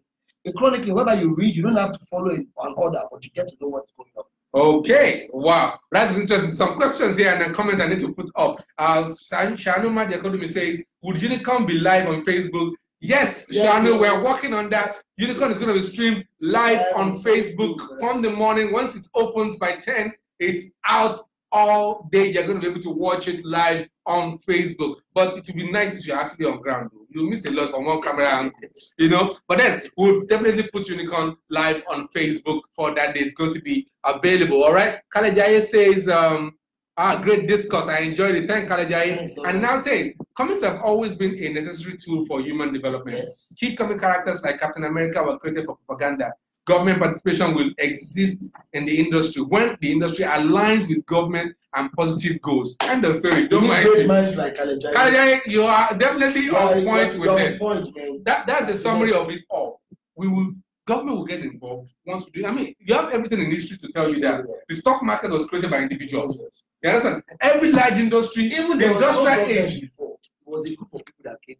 B: A chronicling, whether you read, you don't have to follow in an order, but you get to know what's going on.
A: Okay. Wow. That is interesting. Some questions here and a comment I need to put up. Uh, San Shanuma the Academy says, would Unicorn be live on Facebook? Yes,
B: Yes,
A: Shanu,
B: yes.
A: we're working on that. Unicorn is going to be streamed live
B: Live
A: on
B: on
A: Facebook
B: Facebook.
A: from the morning. Once it opens by 10, it's out all day. You're going to be able to watch it live on Facebook. But it would be nice if you're actually on ground. though. You'll miss a lot from one camera angle, you know. But then we'll definitely put Unicorn live on Facebook for that day. It's going to be available. All right. Kalejaye says, um, ah, great discourse. I enjoyed it. Thank Kalejaye.
B: Thanks,
A: And
B: Lord.
A: now say, comics have always been a necessary tool for human development.
B: Yes.
A: Key comic characters like Captain America were created for propaganda. Government participation will exist in the industry when the industry aligns with government and positive goals. End of story.
B: You
A: Don't
B: need
A: mind
B: great
A: me.
B: minds like Kalejai.
A: Kalajai, you are definitely
B: You are-
A: on
B: you
A: point
B: are- you
A: with
B: are on
A: them.
B: point, man.
A: That, that's the summary of it all. We will government will get involved once we do. I mean, you have everything in history to tell you that the stock market was created by individuals. You understand? Every large industry,
B: Even
A: the
B: though there was no
A: industrial
B: government
A: age,
B: before, it was a group of people that came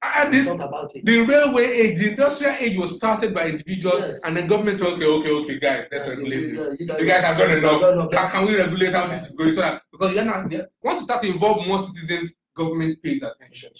A: and
B: and
A: this
B: thought about it.
A: the railway age, the industrial age was started by individuals,
B: Yes.
A: and the government said, okay, okay, okay, guys, let's
B: Yeah,
A: regulate
B: you-
A: this.
B: you-
A: You guys have done
B: you- you- you-
A: enough.
B: you-
A: Can, can we regulate how this is going? So that because you're not, yeah, once you start to involve more citizens, government pays attention.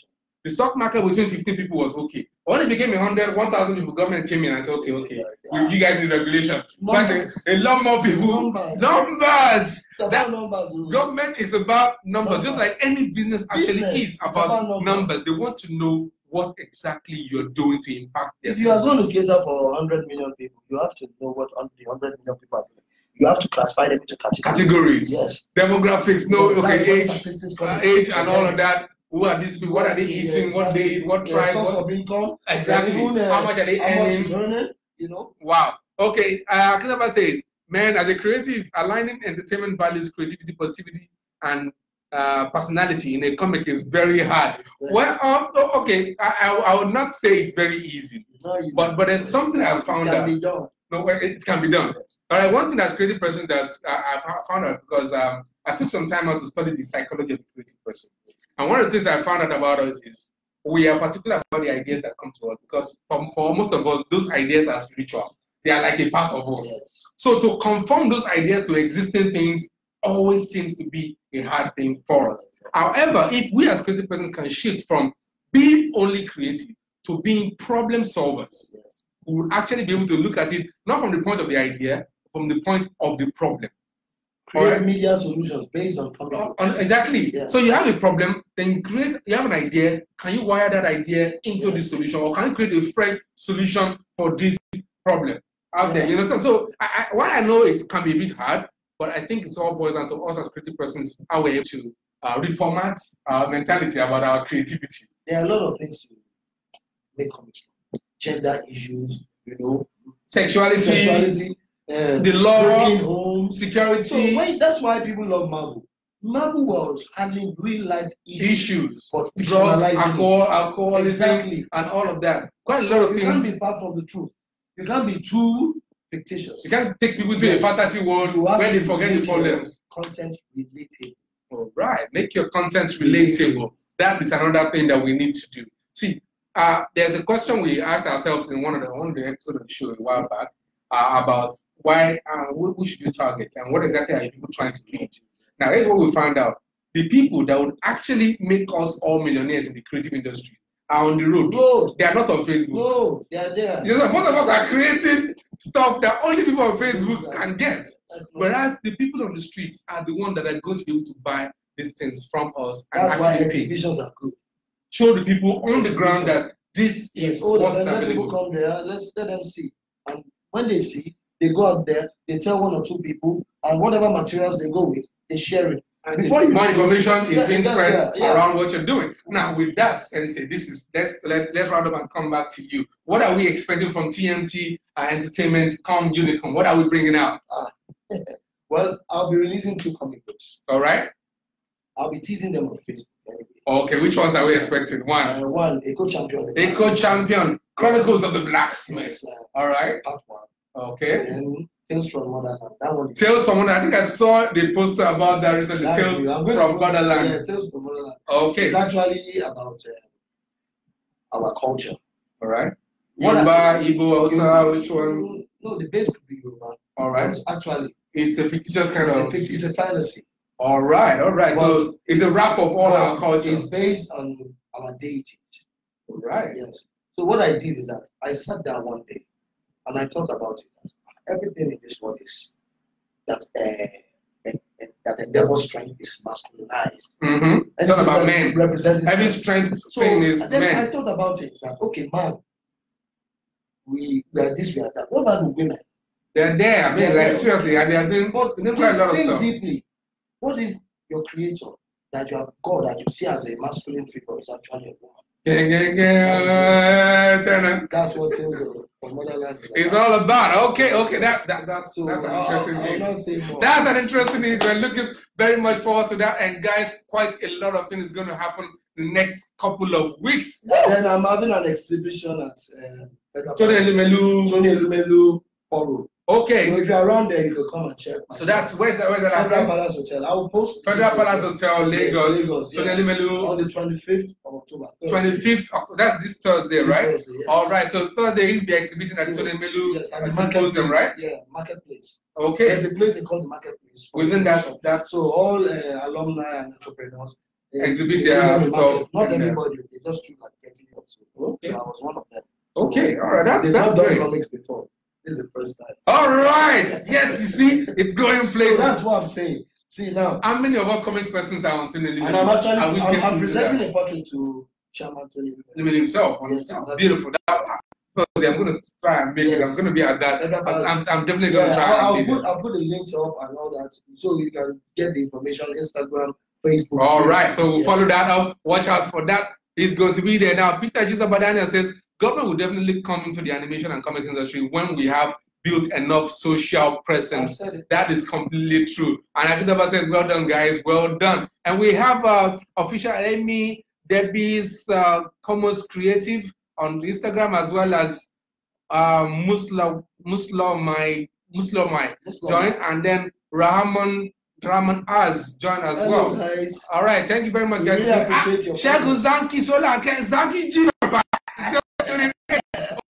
A: The stock market between 15 people was okay. When it became 100, 1,000 people, government came in and said, okay, okay, you, you guys need regulation. But
B: Numbers.
A: a lot more people.
B: Numbers.
A: Numbers.
B: It's about
A: That-
B: numbers. oh.
A: Government is about numbers, just like any business actually
B: Business
A: is
B: is
A: about,
B: about
A: numbers.
B: numbers.
A: They want to know what exactly you're doing to impact their
B: If you are going to
A: success.
B: cater for 100 million people, you have to know what on- the 100 million people are doing. You have to classify them into categories.
A: categories,
B: Yes.
A: demographics, no,
B: Yes, that's where
A: okay, age,
B: statistics come
A: uh,
B: in.
A: age, and all of
B: Yeah.
A: that. Who are these people? What are they
B: Yeah,
A: eating? What
B: exactly.
A: they eat? What
B: Yeah,
A: tribe?
B: source
A: What
B: of income.
A: exactly?
B: Even, uh,
A: How much are they
B: How much
A: earning?
B: is earning, you know?
A: Wow. Okay. Uh, Akinaba says, man, as a creative, aligning entertainment values, creativity, positivity, and uh, personality in a comic is very hard.
B: Yeah.
A: Well, um, oh, okay, I, I, I would not say it's very easy.
B: It's not easy.
A: But- but there's
B: It's
A: something
B: not-
A: I found
B: it can
A: out.
B: be done.
A: No, well, it can be done.
B: Yes.
A: All right. One thing as creative person that uh, I, I fo- found out because um, I took some time out to study the psychology of a creative person, and one of the things I found out about us is we are particular about the ideas that come to us because for, for most of us, those ideas are spiritual. They are like a part of us.
B: Yes.
A: So to conform those ideas to existing things always seems to be a hard thing for us. However, if we as creative persons can shift from being only creative to being problem solvers,
B: Yes.
A: we will actually be able to look at it not from the point of the idea, from the point of the problem.
B: Create
A: Alright.
B: media solutions based on comic books.
A: On- exactly.
B: Yeah.
A: So you have a problem, then you create. You have an idea. Can you wire that idea into
B: Yeah.
A: the solution, or can you create a fresh solution for this problem out there?
B: Yeah.
A: You understand? So I, I, while I know it can be a bit hard, but I think it's all boils down to us as creative persons how we're able to uh, reformat our mentality about our creativity.
B: There are a lot of things to make comics from. Gender issues, you know,
A: Sexuality,
B: sexuality, uh,
A: the law,
B: broken homes. So
A: security.
B: why- that's why people love Marvel. Marvel was handling real life issues.
A: Issues,
B: But
A: drugs,
D: Fictionalizing it.
A: alcohol, alcoholism,
B: Exactly.
A: and all of that. Quite a lot of
B: You can't
A: things.
B: be far from the truth. You can't be too fictitious.
A: you can't take people to
B: Yes.
A: a fantasy world
B: You have
A: where they
B: to
A: forget the
B: make your
A: problems.
B: Content relatable.
A: All right, make your content relatable. That is another thing that we need to do. See, uh, there's a question we asked ourselves in one of the one of the episodes of the show a while back uh, about why uh, who who should you target and what exactly are you people trying to reach. Now, here's what we found out: the people that would actually make us all millionaires in the creative industry are on the road.
B: Road.
A: They are not on Facebook.
B: No, they are there.
A: You know, most of us are creating stuff that only people on Facebook can get.
B: That's not-
A: Whereas the people on the streets are the ones that are going to be able to buy these things from us and
B: that's why
A: actually pay.
B: exhibitions are good.
A: show the people on the ground that this is
B: Yes, oh,
A: what's
B: let let people
A: available.
B: come there. Let's let them see. And when they see, they go out there. They tell one or two people, and whatever materials they go with, they share it. And before you
A: More
B: know it,
A: information
B: Yeah,
A: is being
B: that's-
A: spread
B: yeah, yeah.
A: around what you're doing. Now, with that, Sensei, this is let's let let's round up and come back to you. What are we expecting from TMT uh, Entertainment? Come Unicom. What are we bringing out?
B: well, I'll be releasing two comic books.
A: All right.
B: I'll be teasing them on Facebook. every day.
A: Okay. Which ones are we expecting? One,
B: Uh, one, Eco Champion.
A: Eco Champion Chronicles of the Blacksmith.
B: Yes, uh,
A: All right.
B: part one.
A: Okay.
B: And Tales from Motherland. That one. is-
A: Tales from Wonderland. I think I saw the poster about that recently.
B: That's
A: Tales
B: good. I'm going to
A: from
B: post-
A: Motherland.
B: Yeah, Tales from Motherland.
A: Okay.
B: It's actually about uh, our culture.
A: All right.
B: What
A: Yoruba,
B: are-
A: Igbo, Hausa, which one?
B: Mm, No, the base could be Yoruba.
A: All right.
B: But Actually,
A: It's a fictitious kind
B: it's,
A: of.
B: a, fic- it's a fantasy.
A: All right. All right. So
B: But
A: it's a wrap of all our
B: It's
A: cultures.
B: based on our deities.
A: All right.
B: Yes. So what I did is that I sat down one day and I thought about it. That everything in this world is that uh, and- and that endeavor strength is masculinized.
A: Mm-hmm. It's all about
B: Everybody
A: men.
B: Representing
A: Every strength
B: so uh,
A: thing is
B: then
A: men.
B: I thought about it that okay, man, we, we are this, we are that. What about the women?
A: They're there. I mean,
B: They're
A: like
B: there.
A: seriously, and they are doing
B: But
A: they're doing quite a lot of
B: think
A: stuff.
B: deeply. What if your creator, that your God, that you see as a masculine figure, is actually a woman?
A: Gang, gang, gang, turn up.
B: That's what tells of of motherland is.
A: It's
B: about.
A: all about. Okay. Okay. That, that that's
B: So
A: that's an
B: I'll-
A: interesting
B: I'll
A: thing.
B: not say more.
A: That's an interesting news. We're looking very much forward to that. And guys, quite a lot of things going to happen the next couple of weeks.
B: And then I'm having an exhibition at uh, Federal
A: Tony
B: Park.
A: Elumelu.
B: Tony Elumelu Forum. So
A: Okay,
B: if you're around there, you can come and check. my
A: so that's where's that, where's that
B: Federal
A: happening?
B: Palace Hotel. I will post.
A: Federal
B: it
A: Palace Hotel, Lagos.
B: Lagos, yeah.
A: Tony Elumelu,
B: on the 25th of October. Thursday.
A: 25th October. That's this Thursday,
B: This
A: right?
B: Thursday, yes.
A: All right, so Thursday is the exhibition at Tony Melu
B: Yes, and the
A: Symposium,
B: marketplace.
A: right?
B: Yeah, marketplace.
A: Okay,
B: There's a place they call the marketplace. for
A: within that,
B: exhibition.
A: that's
B: So all uh, alumni and entrepreneurs. uh,
A: Exhibit
B: they
A: their
B: go to the
A: stuff
B: market.
A: and,
B: Not
A: uh,
B: everybody, they just took like 30 or so.
A: Okay.
B: So I was one of them. So
A: okay, all right, that's
B: They've
A: that's
B: not done
A: great.
B: comics before. This is the first time.
A: All right, yes, you see, it's going
B: So
A: places.
B: that's what I'm saying. See now,
A: How many of us coming persons are on Tony
B: and I'm actually,
A: Are we
B: I'm,
A: capable
B: I'm
A: of
B: presenting a portrait to Chairman Tony. Williams.
A: Even himself.
B: Yes, that's-
A: Beautiful. That, Thursday, I'm gonna try and make it. I'm
B: Yes.
A: gonna be at that.
B: That's
A: I'm, I'm, I'm definitely gonna
B: Yeah,
A: try
B: I'll, I'll
A: and be
B: put
A: there.
B: I'll put the links up and all that, so you can get the information. Instagram, Facebook.
A: All right. So we'll
B: Yeah.
A: follow that up. Watch out for that. He's going to be there now. Peter Jisabadania says government will definitely come into the animation and comics industry when we have built enough social
B: I
A: presence.
B: said it.
A: That is completely true. And Akitaba says, well done, guys. Well done. And we have uh, official Amy Debbie's uh, Commons Creative on Instagram as well as uh, Musla, Musla, my, Musla, my
B: That's all.
A: join. And then Rahman, Rahman Az join as
B: Hello,
A: well.
B: guys.
A: All right, thank you very much,
B: We
A: guys.
B: really appreciate your
A: Shagun
B: presence.
A: Zanki Sola Ke- Zanki Ji.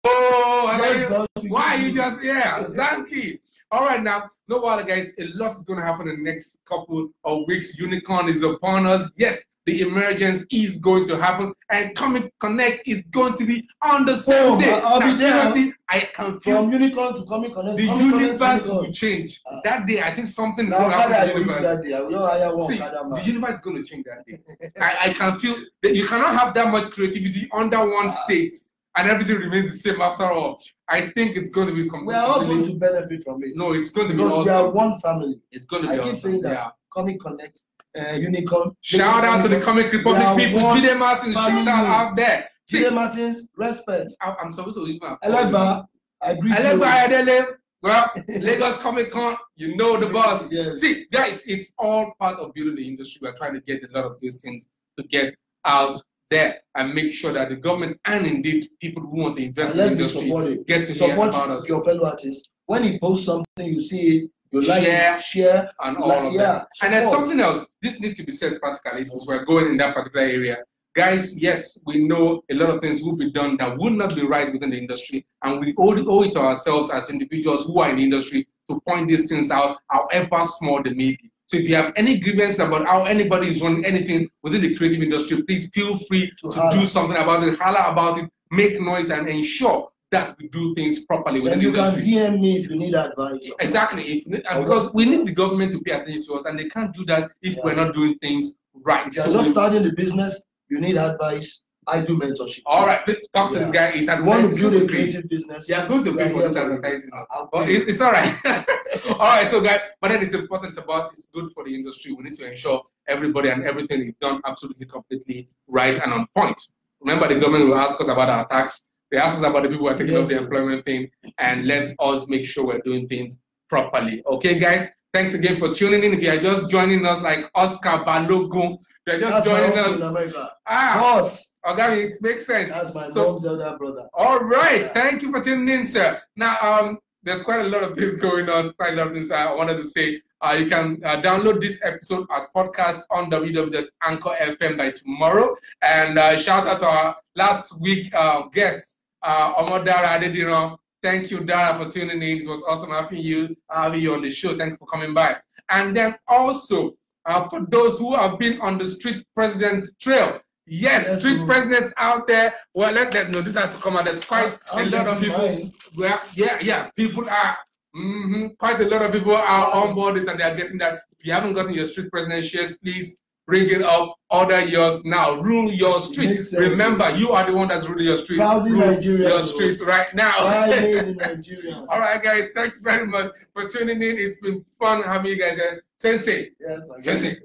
A: Oh, I
B: Yes,
A: like it.
B: boss, we
A: why
B: do.
A: you just yeah, Zanki. All right, now no water, guys. A lot's gonna happen in the next couple of weeks. Unicorn is upon us. Yes, the emergence is going to happen, and Comic Connect is going to be on the same
B: Oh,
A: day.
B: I'll
A: Now,
B: be there.
A: seriously, I can feel
B: From unicorn to comic connect.
A: the
B: Comic Connect,
A: universe will
B: Unicorn.
A: change
B: Ah.
A: that day. I think something is
B: Now,
A: gonna happen. to
B: Okada,
A: the
B: I reach
A: universe.
B: that day. I will not hire one
A: See,
B: Okada
A: the
B: man.
A: universe is going to change that day. I, I can feel that you cannot have that much creativity under one
B: Uh,
A: state and everything remains the same after all. I think it's going to be something.
B: We are all going to benefit from it.
A: no, it's going to be
B: because we are
A: awesome.
B: one family.
A: It's going to
B: I
A: be
B: keep
A: awesome.
B: saying that.
A: Yeah.
B: Comic Connect, uh, Unicorn.
A: Shout out to the Comic Republic
B: are
A: people.
B: one
A: Give them out and shout
B: family.
A: out out there. See,
B: Jide Martins, respect.
A: I, I'm supposed to even.
B: Elegba, I greet you.
A: Elegba Ayadele, Well, Lagos Comic Con, you know the boss.
D: Yes.
A: See, guys, it's all part of building the industry. We're trying to get a lot of these things to get out there and make sure that the government and indeed people who want to invest in
B: And
A: the
B: let's be
A: industry
B: supportive.
A: get to hear
B: Support
A: about us
B: your fellow artists. When he posts something, you see it, you like
A: Share.
B: it, share.
A: and all
B: like,
A: of
B: yeah,
A: that. And there's
B: support.
A: something else. This needs to be said practically since we're going in that particular area. Guys, yes, we know a lot of things will be done that would not be right within the industry, and we owe, owe it to ourselves as individuals who are in the industry to point these things out, however small they may be. So if you have any grievance about how anybody is running anything within the creative industry, please feel free
B: To
A: to,
B: holler.
A: do something about it, holler about it, make noise, and ensure that we do things properly within
B: Then
A: the
B: you can
A: industry.
B: DM me if you need advice.
A: Exactly, if, and
B: Okay.
A: because we need the government to pay attention to us, and they can't do that if
B: Yeah.
A: we're not doing things right.
B: If you're
A: So
B: just
A: we-
B: starting the business, you need advice. I do mentorship.
A: all right, let's talk to this guy. He's
B: You want to
A: advertising.
B: build a
A: for free.
B: creative business.
A: They are going to
B: Yeah,
A: pay for
B: yeah,
A: this
B: but-
A: advertising.
B: I'll
A: But
B: pay
A: Oh, it's, it's all right. all right, so guys, but then it's important. It's about it's good for the industry. We need to ensure everybody and everything is done absolutely completely right and on point. Remember, the government will ask us about our tax. They ask us about the people who are taking
B: Yes,
A: up the
B: sir.
A: employment thing, and let us make sure we're doing things properly. Okay, guys. Thanks again for tuning in. If you are just joining us, like Oscar Balogun, if you are just
B: That's my
A: joining
B: uncle in
A: us.
B: America.
A: Ah,
B: Boss.
A: okay, it makes sense.
B: That's my
A: So-
B: mom's elder brother.
A: all right.
B: Yeah.
A: Thank you for tuning in, sir. Now, um, there's quite a lot of things going on. Quite a lot of things I wanted to say. Uh, you can uh, download this episode as podcast on www.anchor.fm by tomorrow. And uh, shout out to our last week uh, guests, uh, Omodara Adediro. Thank you, Dara, for tuning in. It was awesome having you, having you on the show. Thanks for coming by. And then also, uh, for those who have been on the street president trail, yes,
B: Yes,
A: street
B: sir.
A: presidents out there, well, let them know this has to come out. There's quite
B: Uh, Ah,
A: a
D: I'm
A: lot of
D: getting
A: people.
D: mine.
A: Well, yeah, yeah, people are. hmm quite a lot of people are on board this and they are getting that. If you haven't gotten your street president shares, please bring it up. Order yours now. Rule your street.
B: Makes sense.
A: Remember, you are the one that's ruling your street.
B: Proudly
A: Rule
B: Nigerian,
A: your
B: bro.
A: streets right now.
B: I made in Nigeria.
A: All right, guys. Thanks very much for tuning in. It's been fun having you guys here. Sensei,
B: Yes, I get
A: Sensei,
B: it.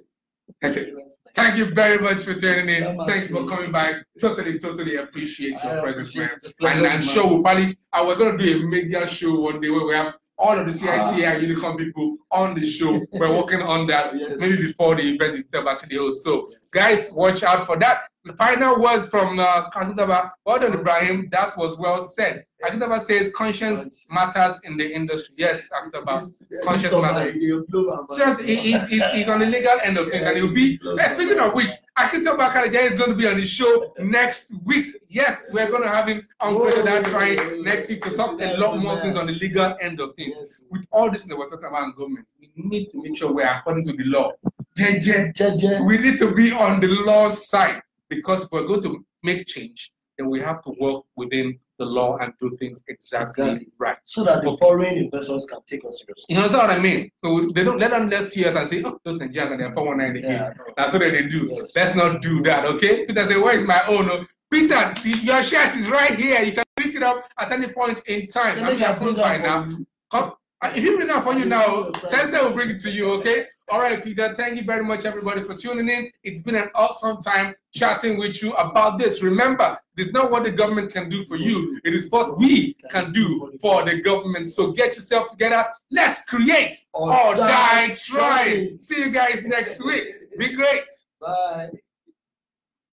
A: Sensei. Thank you very much for tuning
B: That
A: in.
B: must
A: Thank you for
B: be-
A: coming back. Totally, totally appreciate
B: I
A: your presence,
B: appreciate
A: man.
B: the pleasure,
A: And I'm
B: man.
A: sure we'll probably, and we're going to do a media show one day where we have all of the CICA and Unicorn people on the show. We're working on that
B: Yes.
A: maybe before the event itself actually holds. So, guys, watch out for that. The final words from uh, Kantaba. Well done, Ibrahim. That was well said. Kantaba says conscience matters in the industry. Yes, Kantaba.
B: This- this
A: Conscious
B: is my
A: matter.
B: idea, global man.
A: Seriously, he- he's, he's, he's on the legal end of things, and he'll be. Hey, speaking of which, Akintoba Kalaja is going to be on the show next week. Yes, we're going to have him on Question That Trying next week to talk a lot more things on the legal end of things.
B: Yes.
A: With all this that we're talking about in government, we need to make sure we're according to the law. JJ,
B: Jeje.
A: we need to be on the law side because if we're going to make change, then we have to work within the law and do things exactly,
B: Exactly.
A: right.
B: So that the
A: Okay.
B: foreign investors can take us seriously.
A: You understand what I mean? So they don't let them let see us and say, oh, those Nigerians and they're 419 again.
B: Yeah.
A: That's what they do.
B: Yes.
A: Let's not do that, okay? Peter said, Where is my own? Oh, Peter, your shirt is right here. You can pick it up at any point in time.
B: They
A: I
B: make
A: mean, I
B: a
A: put it
B: program
A: by now.
B: on you.
A: Come, uh, if you bring it up for you now,
B: Yes, sir.
A: Sensei will bring it to you, okay? All right, Peter, thank you very much, everybody, for tuning in. It's been an awesome time chatting with you about this. Remember, it's not what the government can do for you, it is what we can do for the government. So get yourself together. Let's create
B: Or
A: or die
B: die
A: trying.
B: trying.
A: See you guys next week. Be great.
B: Bye.